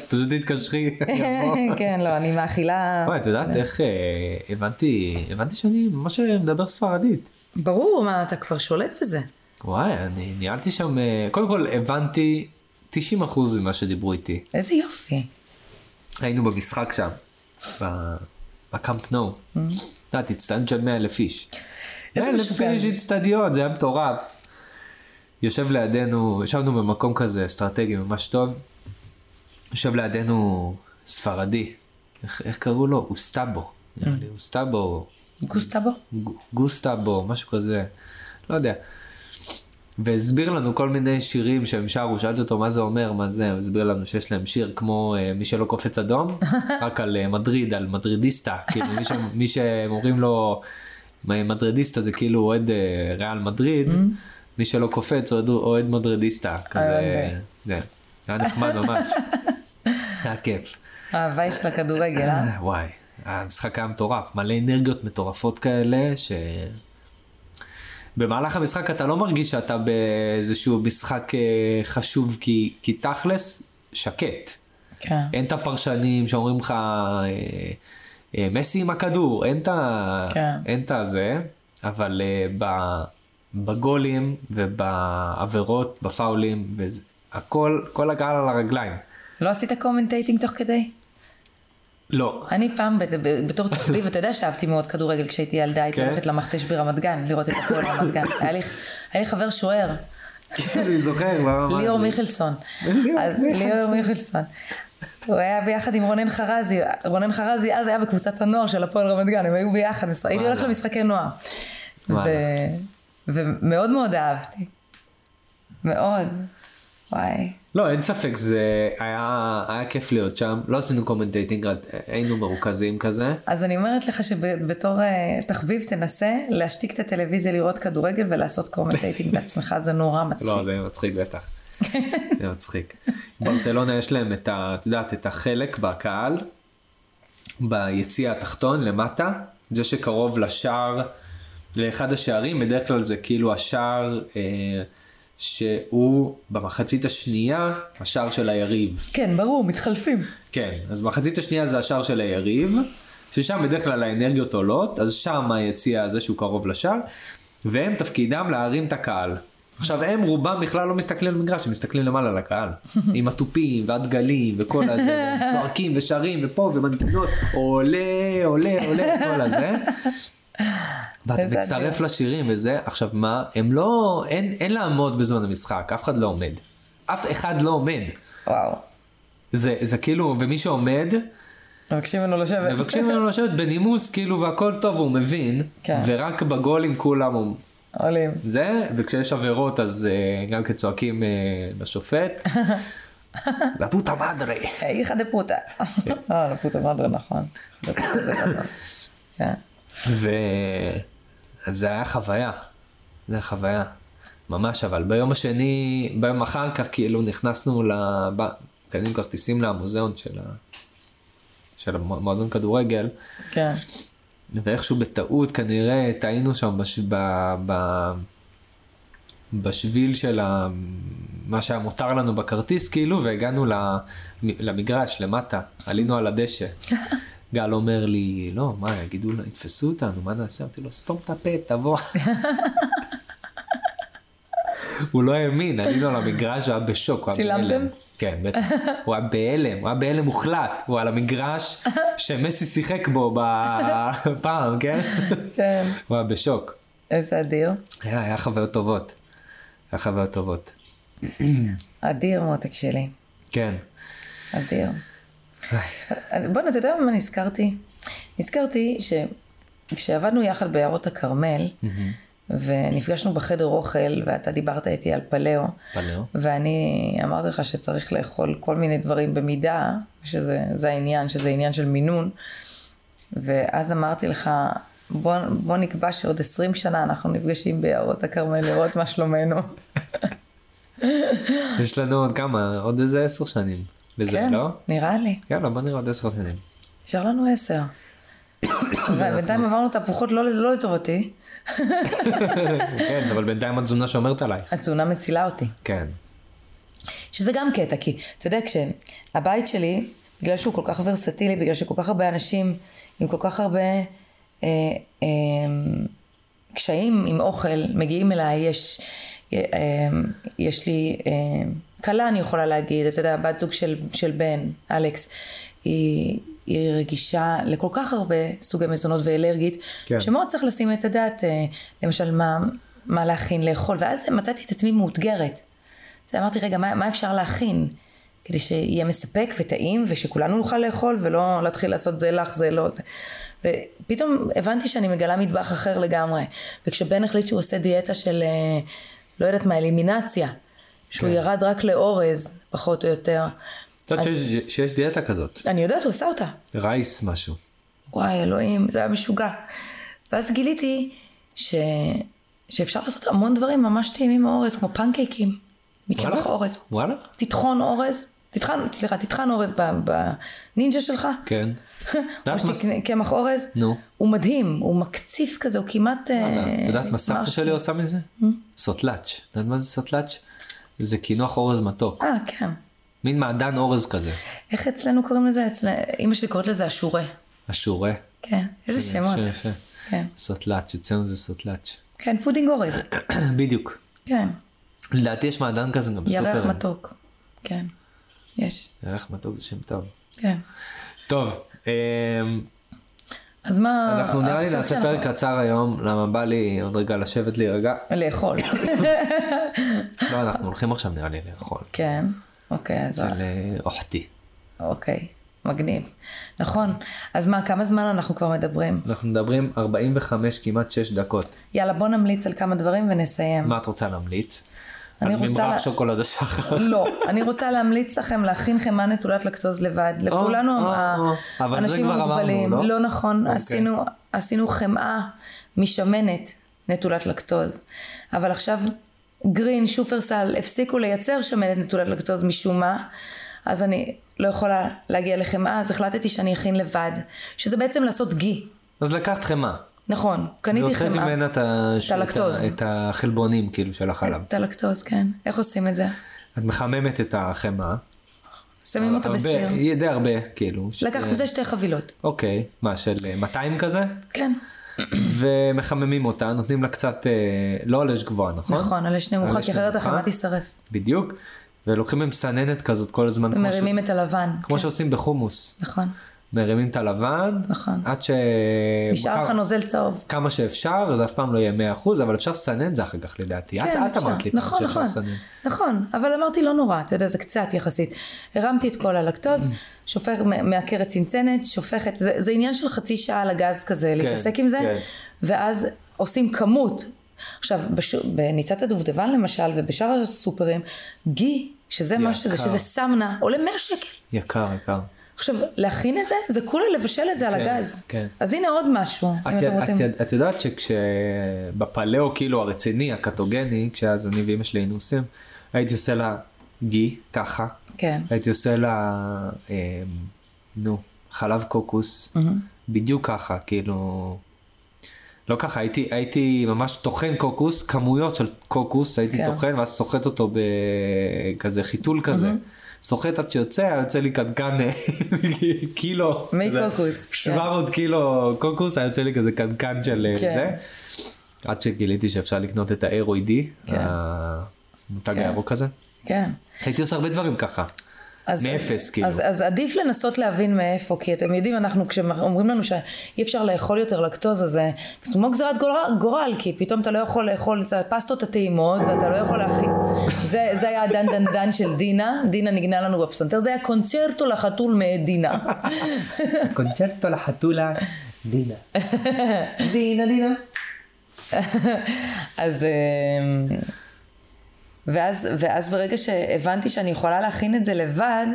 [SPEAKER 3] פשוט תתקשרי. יבוא.
[SPEAKER 5] כן, לא, אני מאכילה...
[SPEAKER 3] וואי, את יודעת איך אה, הבנתי, הבנתי שאני ממש מדבר ספרדית.
[SPEAKER 5] ברור, מה, אתה כבר שולט בזה.
[SPEAKER 3] וואי, אני ניהלתי שם, אה, קודם כל הבנתי 90% ממה שדיברו איתי.
[SPEAKER 5] איזה יופי.
[SPEAKER 3] היינו במשחק שם, ב- בקאמפ נו. את יודעת, הצטדיון של 100 אלף איש. 100
[SPEAKER 5] Mm-hmm. איזה
[SPEAKER 3] אלף
[SPEAKER 5] משוגע
[SPEAKER 3] איש
[SPEAKER 5] זה.
[SPEAKER 3] הצטדיון, זה היה מטורף. יושב לידינו, ישבנו במקום כזה אסטרטגי ממש טוב. יושב לידינו ספרדי, איך, איך קראו לו? אוסטאבו.
[SPEAKER 5] Mm.
[SPEAKER 3] נראה לי, אוסטאבו,
[SPEAKER 5] גוסטבו?
[SPEAKER 3] גו- גוסטאבו, משהו כזה, לא יודע. והסביר לנו כל מיני שירים שהם שרו, שאלתי אותו מה זה אומר, מה זה, הוא הסביר לנו שיש להם שיר כמו אה, מי שלא קופץ אדום, רק על אה, מדריד, על מדרידיסטה, כאילו מי, ש, מי שאומרים לו "מה, מדרידיסטה זה כאילו אוהד אה, ריאל מדריד, מי שלא קופץ אוהד, אוהד מדרידיסטה, כזה,
[SPEAKER 5] אוקיי.
[SPEAKER 3] זה, היה נחמד ממש, היה כיף.
[SPEAKER 5] ההוואי של הכדורגל, אה?
[SPEAKER 3] אה, וואי, המשחק היה מטורף, מלא אנרגיות מטורפות כאלה, ש... במהלך המשחק אתה לא מרגיש שאתה באיזשהו משחק אה, חשוב, כי, כי תכלס, שקט.
[SPEAKER 5] כן.
[SPEAKER 3] אין את הפרשנים שאומרים לך, אה, אה, מסי עם הכדור, אין את ה...
[SPEAKER 5] כן.
[SPEAKER 3] אין את הזה, אבל אה, ב- בגולים ובעבירות, בפאולים, וזה- הכל, כל הקהל על הרגליים.
[SPEAKER 5] לא עשית קומנטייטינג תוך כדי? [LAUGHS]
[SPEAKER 3] לא,
[SPEAKER 5] אני פעם בת- ב- בתור
[SPEAKER 3] [LAUGHS]
[SPEAKER 5] תחביב, אתה יודע שאהבתי מאוד כדורגל כשהייתי ילדה, הייתי
[SPEAKER 3] כן?
[SPEAKER 5] הולכת למכתש ברמת גן, לראות את הפועל רמת
[SPEAKER 3] [LAUGHS]
[SPEAKER 5] גן. היה לי- היה לי חבר שוער,
[SPEAKER 3] אני זוכר, מה- מה-
[SPEAKER 5] ליאור מיכלסון.
[SPEAKER 3] ליאור
[SPEAKER 5] אז ליאור מיכלסון. הוא היה ביחד עם רונן חרזי, רונן חרזי אז היה בקבוצת הנוער של הפועל רמת גן, הם היו ביחד, מש- הייתי הולכת למשחקי נוער. ו-
[SPEAKER 3] וואלה.
[SPEAKER 5] ומאוד מאוד אהבתי. מאוד. וואי.
[SPEAKER 3] לא, אין ספק, זה היה, היה כיף להיות שם. לא עשינו קומנטייטינג, רק היינו מרוכזים כזה.
[SPEAKER 5] אז אני אומרת לך שבתור אה, תחביב תנסה להשתיק את הטלוויזיה, לראות כדורגל ולעשות
[SPEAKER 3] [LAUGHS]
[SPEAKER 5] קומנטייטינג בעצמך, זה נורא מצחיק.
[SPEAKER 3] לא, זה מצחיק בטח. זה מצחיק. ברצלונה יש להם את ה... את יודעת, את החלק בקהל, ביציע התחתון למטה, זה שקרוב לשער, לאחד השערים, בדרך כלל זה כאילו השער אה, שהוא במחצית השנייה, השער של היריב.
[SPEAKER 5] כן, ברור, מתחלפים.
[SPEAKER 3] כן, אז מחצית השנייה זה השער של היריב, ששם בדרך כלל האנרגיות עולות, אז שם היציע הזה שהוא קרוב לשער, והם תפקידם להרים את הקהל. עכשיו הם רובם בכלל לא מסתכלים על המגרש, הם מסתכלים למעלה
[SPEAKER 5] [LAUGHS]
[SPEAKER 3] לקהל. עם התופים והדגלים וכל הזה, והם צועקים ושרים ופה ומנגינות, עולה, עולה, עולה, כל
[SPEAKER 5] [LAUGHS]
[SPEAKER 3] הזה. ואתה
[SPEAKER 5] איזה
[SPEAKER 3] מצטרף
[SPEAKER 5] אדיר.
[SPEAKER 3] לשירים וזה, עכשיו מה, הם לא, אין, אין לעמוד בזמן המשחק, אף אחד לא עומד. אף אחד לא עומד.
[SPEAKER 5] וואו.
[SPEAKER 3] זה, זה כאילו, ומי שעומד,
[SPEAKER 5] מבקשים ממנו לשבת.
[SPEAKER 3] מבקשים ממנו לשבת בנימוס, כאילו, והכל טוב, הוא מבין,
[SPEAKER 5] כן.
[SPEAKER 3] ורק בגולים כולם הוא...
[SPEAKER 5] עולים.
[SPEAKER 3] זה, וכשיש עבירות אז אה, גם כן צועקים אה, לשופט, לפוטה מדרי.
[SPEAKER 5] היי חדה פוטה.
[SPEAKER 3] כן.
[SPEAKER 5] אה, לפוטה מדרה, נכון. חדה פוטה
[SPEAKER 3] [LAUGHS]
[SPEAKER 5] זה נכון. כן.
[SPEAKER 3] ו... אז זה היה חוויה, זה היה חוויה, ממש, אבל ביום השני, ביום אחר כך, כאילו, נכנסנו ל... ב- קנינו כרטיסים למוזיאון של, ה... של המועדון כדורגל,
[SPEAKER 5] כן.
[SPEAKER 3] ואיכשהו בטעות כנראה טעינו שם בש... ב... ב... בשביל של ה... מה שהיה מותר לנו בכרטיס כאילו והגענו למ... למגרש למטה עלינו על הדשא. גל אומר לי לא מה יגידו לה יתפסו אותנו מה נעשה אמרתי לו סתום את הפה תבוא. הוא לא האמין עלינו על המגרש הוא היה בשוק. הוא היה
[SPEAKER 5] צילמתם?
[SPEAKER 3] בהלם. כן בטח. הוא היה בהלם הוא היה בהלם מוחלט הוא על המגרש שמסי שיחק בו
[SPEAKER 5] [LAUGHS]
[SPEAKER 3] בפעם כן.
[SPEAKER 5] כן.
[SPEAKER 3] הוא היה בשוק.
[SPEAKER 5] איזה אדיר.
[SPEAKER 3] היה, היה חוויות טובות. היה חוויות טובות.
[SPEAKER 5] אדיר מותק שלי.
[SPEAKER 3] כן.
[SPEAKER 5] אדיר. בוא'נה, אתה יודע מה נזכרתי? נזכרתי שכשעבדנו יחד ביערות הכרמל, ונפגשנו בחדר אוכל, ואתה דיברת איתי על פלאו,
[SPEAKER 3] פלאו.
[SPEAKER 5] ואני אמרתי לך שצריך לאכול כל מיני דברים במידה, שזה זה העניין, שזה עניין של מינון, ואז אמרתי לך, בוא, בוא נקבע שעוד 20 שנה אנחנו נפגשים ביערות הכרמל לראות מה שלומנו.
[SPEAKER 3] יש לנו עוד כמה, עוד איזה עשר שנים. וזה
[SPEAKER 5] כן,
[SPEAKER 3] לא?
[SPEAKER 5] נראה לי.
[SPEAKER 3] יאללה, בוא נראה עוד עשר שנים.
[SPEAKER 5] נשאר לנו עשר. [COUGHS] אבל בינתיים עברנו תפוחות לא, לא לטובתי.
[SPEAKER 3] כן, אבל בינתיים התזונה שומרת עליי.
[SPEAKER 5] התזונה מצילה אותי.
[SPEAKER 3] כן.
[SPEAKER 5] שזה גם קטע, כי אתה יודע, כשהבית שלי, בגלל שהוא כל כך ורסטילי, בגלל שכל כך הרבה אנשים עם כל כך הרבה אה, אה, קשיים עם אוכל מגיעים אליי, יש, אה, אה, יש לי אה, כלה, אני יכולה להגיד, אתה יודע, בת זוג של, של בן, אלכס, היא, היא רגישה לכל כך הרבה סוגי מזונות ואלרגית,
[SPEAKER 3] כן.
[SPEAKER 5] כן. שמאוד צריך לשים את הדעת, אה, למשל, מה, מה להכין, לאכול, ואז מצאתי את עצמי מאותגרת. אז אמרתי, רגע, מה, מה אפשר להכין? כדי שיהיה מספק וטעים, ושכולנו נוכל לאכול, ולא להתחיל לעשות זה לך, זה לא, זה. ופתאום הבנתי שאני מגלה מטבח אחר לגמרי. וכשבן החליט שהוא עושה דיאטה של אה, לא יודעת מה, אלימינציה, שהוא
[SPEAKER 3] כן.
[SPEAKER 5] ירד רק לאורז, פחות או יותר.
[SPEAKER 3] את יודעת שיש- שיש דיאטה כזאת,
[SPEAKER 5] אני יודעת, הוא עשה אותה.
[SPEAKER 3] רייס משהו.
[SPEAKER 5] כן, וואי, אלוהים, זה היה משוגע. ואז גיליתי ש... שאפשר לעשות המון דברים ממש טעימים מאורז, כמו פנקייקים, מקמח
[SPEAKER 3] וואלה?
[SPEAKER 5] אורז.
[SPEAKER 3] וואלה?
[SPEAKER 5] תטחון אורז, תטחן, סליחה, תטחן אורז ב- בנינג'ה שלך.
[SPEAKER 3] כן.
[SPEAKER 5] [LAUGHS] או
[SPEAKER 3] יודעת מה-
[SPEAKER 5] שתקנה קמח אורז.
[SPEAKER 3] נו.
[SPEAKER 5] הוא מדהים, הוא מקציף כזה, הוא כמעט... אה,
[SPEAKER 3] וואלה, אה, את יודעת מה סבתא
[SPEAKER 5] משהו. אה?
[SPEAKER 3] שלי עושה מזה? סוטלאץ'. את יודעת מה זה סוטלאץ'? זה קינוח אורז מתוק.
[SPEAKER 5] אה, כן.
[SPEAKER 3] מין מעדן אורז כזה.
[SPEAKER 5] איך אצלנו קוראים לזה? אצל... אימא שלי קוראת לזה אשורה.
[SPEAKER 3] אשורה.
[SPEAKER 5] כן, איזה שמות.
[SPEAKER 3] יפה, יפה.
[SPEAKER 5] כן.
[SPEAKER 3] סוטלאץ', אצלנו זה סוטלאץ'. [CLEARS THROAT]
[SPEAKER 5] כן, פודינג אורז.
[SPEAKER 3] בדיוק.
[SPEAKER 5] כן.
[SPEAKER 3] לדעתי יש מעדן כזה גם בסופר.
[SPEAKER 5] ירח מתוק. כן. יש.
[SPEAKER 3] ירח מתוק זה שם טוב.
[SPEAKER 5] כן.
[SPEAKER 3] טוב, אמ,
[SPEAKER 5] אז מה...
[SPEAKER 3] אנחנו נראה
[SPEAKER 5] את
[SPEAKER 3] לי
[SPEAKER 5] אה, חושבת
[SPEAKER 3] נעשה
[SPEAKER 5] שאנחנו-
[SPEAKER 3] פרק קצר היום, למה בא לי עוד רגע לשבת להירגע.
[SPEAKER 5] לאכול. [LAUGHS]
[SPEAKER 3] לא, אנחנו הולכים עכשיו נראה לי [LAUGHS] לאכול.
[SPEAKER 5] כן. אוקיי, אז...
[SPEAKER 3] אצל אה, אחתי. לא-
[SPEAKER 5] אוקיי. מגניב. נכון. אז מה, כמה זמן אנחנו כבר מדברים?
[SPEAKER 3] אנחנו מדברים 45 כמעט 6 דקות.
[SPEAKER 5] יאללה, בוא נמליץ על כמה דברים ונסיים.
[SPEAKER 3] מה את רוצה להמליץ?
[SPEAKER 5] אני
[SPEAKER 3] על
[SPEAKER 5] רוצה
[SPEAKER 3] ממרח
[SPEAKER 5] לה-
[SPEAKER 3] שוקולד השחר.
[SPEAKER 5] לא, אני רוצה להמליץ לכם להכין חמאה נטולת לקטוז לבד. לכולנו
[SPEAKER 3] או, או. אבל זה
[SPEAKER 5] האנשים
[SPEAKER 3] כבר אמרנו,
[SPEAKER 5] המוגבלים.
[SPEAKER 3] לא?
[SPEAKER 5] לא נכון,
[SPEAKER 3] אוקיי.
[SPEAKER 5] עשינו- עשינו חמאה משמנת נטולת לקטוז. אבל עכשיו גרין, שופרסל, הפסיקו לייצר שמנת נטולת לקטוז משום מה. אז אני לא יכולה להגיע לחמאה, אז החלטתי שאני אכין לבד. שזה בעצם לעשות גי.
[SPEAKER 3] [LAUGHS] אז לקחת חמאה.
[SPEAKER 5] נכון, קניתי
[SPEAKER 3] והוצאת
[SPEAKER 5] חמאה.
[SPEAKER 3] ממנה את ה- את ה-
[SPEAKER 5] הלקטוז.
[SPEAKER 3] את החלבונים כאילו של החלב.
[SPEAKER 5] את הלקטוז, כן. איך עושים את זה?
[SPEAKER 3] את מחממת את החמאה.
[SPEAKER 5] שמים אותה
[SPEAKER 3] הרבה-
[SPEAKER 5] בסיר.
[SPEAKER 3] די הרבה כאילו. ש-
[SPEAKER 5] לקחת זה שתי חבילות.
[SPEAKER 3] אוקיי, מה של אה, 200 כזה? [CLEARS THROAT]
[SPEAKER 5] כן.
[SPEAKER 3] ומחממים אותה, נותנים לה קצת, אה, לא על אש גבוהה, נכון?
[SPEAKER 5] נכון, על אש נמוכה,
[SPEAKER 3] על אש
[SPEAKER 5] כי אחרת
[SPEAKER 3] נמוכה.
[SPEAKER 5] החמה תישרף.
[SPEAKER 3] בדיוק. ולוקחים במסננת כזאת כל הזמן, כמו ש-
[SPEAKER 5] ומרימים את הלבן. כן,
[SPEAKER 3] כמו כן, שעושים בחומוס.
[SPEAKER 5] נכון.
[SPEAKER 3] מרימים את הלבן,
[SPEAKER 5] נכון.
[SPEAKER 3] עד ש...
[SPEAKER 5] נשאר לך נוזל צהוב.
[SPEAKER 3] כמה שאפשר, זה אף פעם לא יהיה 100%, אבל אפשר לסנן זה אחר כך לדעתי. את- את
[SPEAKER 5] אפשר.
[SPEAKER 3] אמרת לי פעם
[SPEAKER 5] נכון,
[SPEAKER 3] שאפשר
[SPEAKER 5] נכון,
[SPEAKER 3] לסנן.
[SPEAKER 5] נכון, אבל אמרתי לא נורא, אתה יודע, זה קצת יחסית. הרמתי את כל הלקטוז,
[SPEAKER 3] Mm.
[SPEAKER 5] שופך, מ- מעקרת צנצנת, שופכת, זה, זה עניין של חצי שעה על הגז כזה, להתעסק עם זה,
[SPEAKER 3] כן.
[SPEAKER 5] ואז עושים כמות. עכשיו, בש... בניצת הדובדבן למשל, ובשאר הסופרים, גי, שזה מה שזה,
[SPEAKER 3] יקר.
[SPEAKER 5] שזה סמנה, עולה 100 שקל.
[SPEAKER 3] יקר, יקר.
[SPEAKER 5] עכשיו, להכין את זה, זה כולה לבשל את זה על
[SPEAKER 3] כן,
[SPEAKER 5] הגז.
[SPEAKER 3] כן.
[SPEAKER 5] אז הנה עוד משהו, אם
[SPEAKER 3] את,
[SPEAKER 5] אתם
[SPEAKER 3] את,
[SPEAKER 5] רוצים.
[SPEAKER 3] את, את יודעת שכשבפלאו כאילו הרציני, הקטוגני, כשאז אני ואימא שלי היינו עושים, הייתי עושה לה גי, ככה,
[SPEAKER 5] כן.
[SPEAKER 3] הייתי עושה לה, אה, נו, חלב קוקוס, בדיוק ככה, כאילו, לא ככה, הייתי, הייתי ממש טוחן קוקוס, כמויות של קוקוס, הייתי
[SPEAKER 5] כן.
[SPEAKER 3] טוחן ואז סוחט אותו בכזה חיתול כזה. סוחט עד שיוצא, יוצא לי קנקן אה, [LAUGHS] קילו.
[SPEAKER 5] מקוקוס, כן.
[SPEAKER 3] 700 קילו קוקוס, כאילו, היה יוצא לי כזה קנקן של אה,
[SPEAKER 5] כן.
[SPEAKER 3] זה. עד שגיליתי שאפשר לקנות את ה-ROID,
[SPEAKER 5] כן.
[SPEAKER 3] המותג
[SPEAKER 5] כן.
[SPEAKER 3] הירוק הזה.
[SPEAKER 5] כן.
[SPEAKER 3] הייתי עושה הרבה דברים ככה.
[SPEAKER 5] אז,
[SPEAKER 3] מאפס,
[SPEAKER 5] אז,
[SPEAKER 3] כאילו.
[SPEAKER 5] אז, אז עדיף לנסות להבין מאיפה, כי אתם יודעים, אנחנו, כשאומרים לנו שאי אפשר לאכול יותר לקטוז, אז זה כמו גזירת גורל, גורל, כי פתאום אתה לא יכול לאכול את הפסטות הטעימות, ואתה לא יכול להכין. זה, זה היה הדן דן דן של דינה, דינה ניגנה לנו בפסנתר, זה היה קונצרטו לחתול מדינה.
[SPEAKER 3] קונצ'רטו לחתולה דינה. דינה דינה.
[SPEAKER 5] אז... אמ, ואז, ואז ברגע שהבנתי שאני יכולה להכין את זה לבד,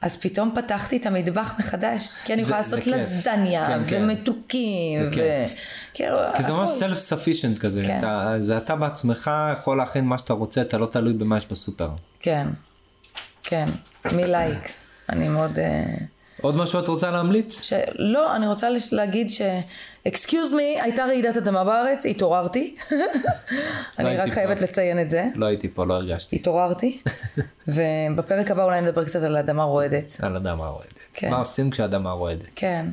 [SPEAKER 5] אז פתאום פתחתי את המטבח מחדש. כי אני
[SPEAKER 3] זה-
[SPEAKER 5] יכולה
[SPEAKER 3] זה
[SPEAKER 5] לעשות
[SPEAKER 3] כיף.
[SPEAKER 5] לזניה,
[SPEAKER 3] כן, כן.
[SPEAKER 5] ומתוקים,
[SPEAKER 3] זה כיף.
[SPEAKER 5] כאילו,
[SPEAKER 3] כי זה
[SPEAKER 5] הכל.
[SPEAKER 3] ממש self sufficient כזה,
[SPEAKER 5] כן.
[SPEAKER 3] אתה- זה אתה בעצמך יכול להכין מה שאתה רוצה, אתה לא תלוי במה יש בסופר.
[SPEAKER 5] כן, כן, מלייק. אני מאוד... אה,
[SPEAKER 3] עוד משהו את רוצה להמליץ?
[SPEAKER 5] ש... לא, אני רוצה לש... להגיד ש... אקסקיוז מי, הייתה רעידת אדמה בארץ, התעוררתי. [LAUGHS] אני
[SPEAKER 3] לא הייתי
[SPEAKER 5] רק
[SPEAKER 3] פה.
[SPEAKER 5] חייבת לציין את זה.
[SPEAKER 3] לא הייתי פה, לא הרגשתי.
[SPEAKER 5] התעוררתי,
[SPEAKER 3] [LAUGHS]
[SPEAKER 5] ובפרק הבא אולי נדבר קצת על אדמה רועדת.
[SPEAKER 3] על אדמה רועדת.
[SPEAKER 5] כן.
[SPEAKER 3] מה עושים כשאדמה רועדת?
[SPEAKER 5] כן.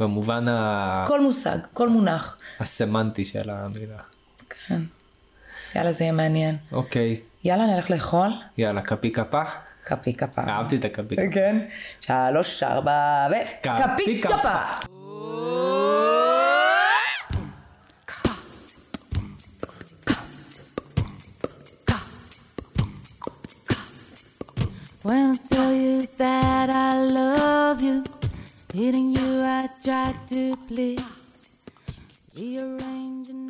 [SPEAKER 3] במובן ה-
[SPEAKER 5] כל מושג, כל מונח.
[SPEAKER 3] הסמנטי של המילה.
[SPEAKER 5] כן. יאללה, זה יהיה מעניין.
[SPEAKER 3] אוקיי,
[SPEAKER 5] יאללה, נלך לאכול?
[SPEAKER 3] יאללה, כפי כפה.
[SPEAKER 5] כפי כפה.
[SPEAKER 3] אהבתי את הכפי כפה.
[SPEAKER 5] כן. שלוש, ארבע, ו...
[SPEAKER 3] כפי
[SPEAKER 5] כפי כפה.
[SPEAKER 3] כפה.
[SPEAKER 1] When I tell you that I love you, hitting you I try to please, rearranging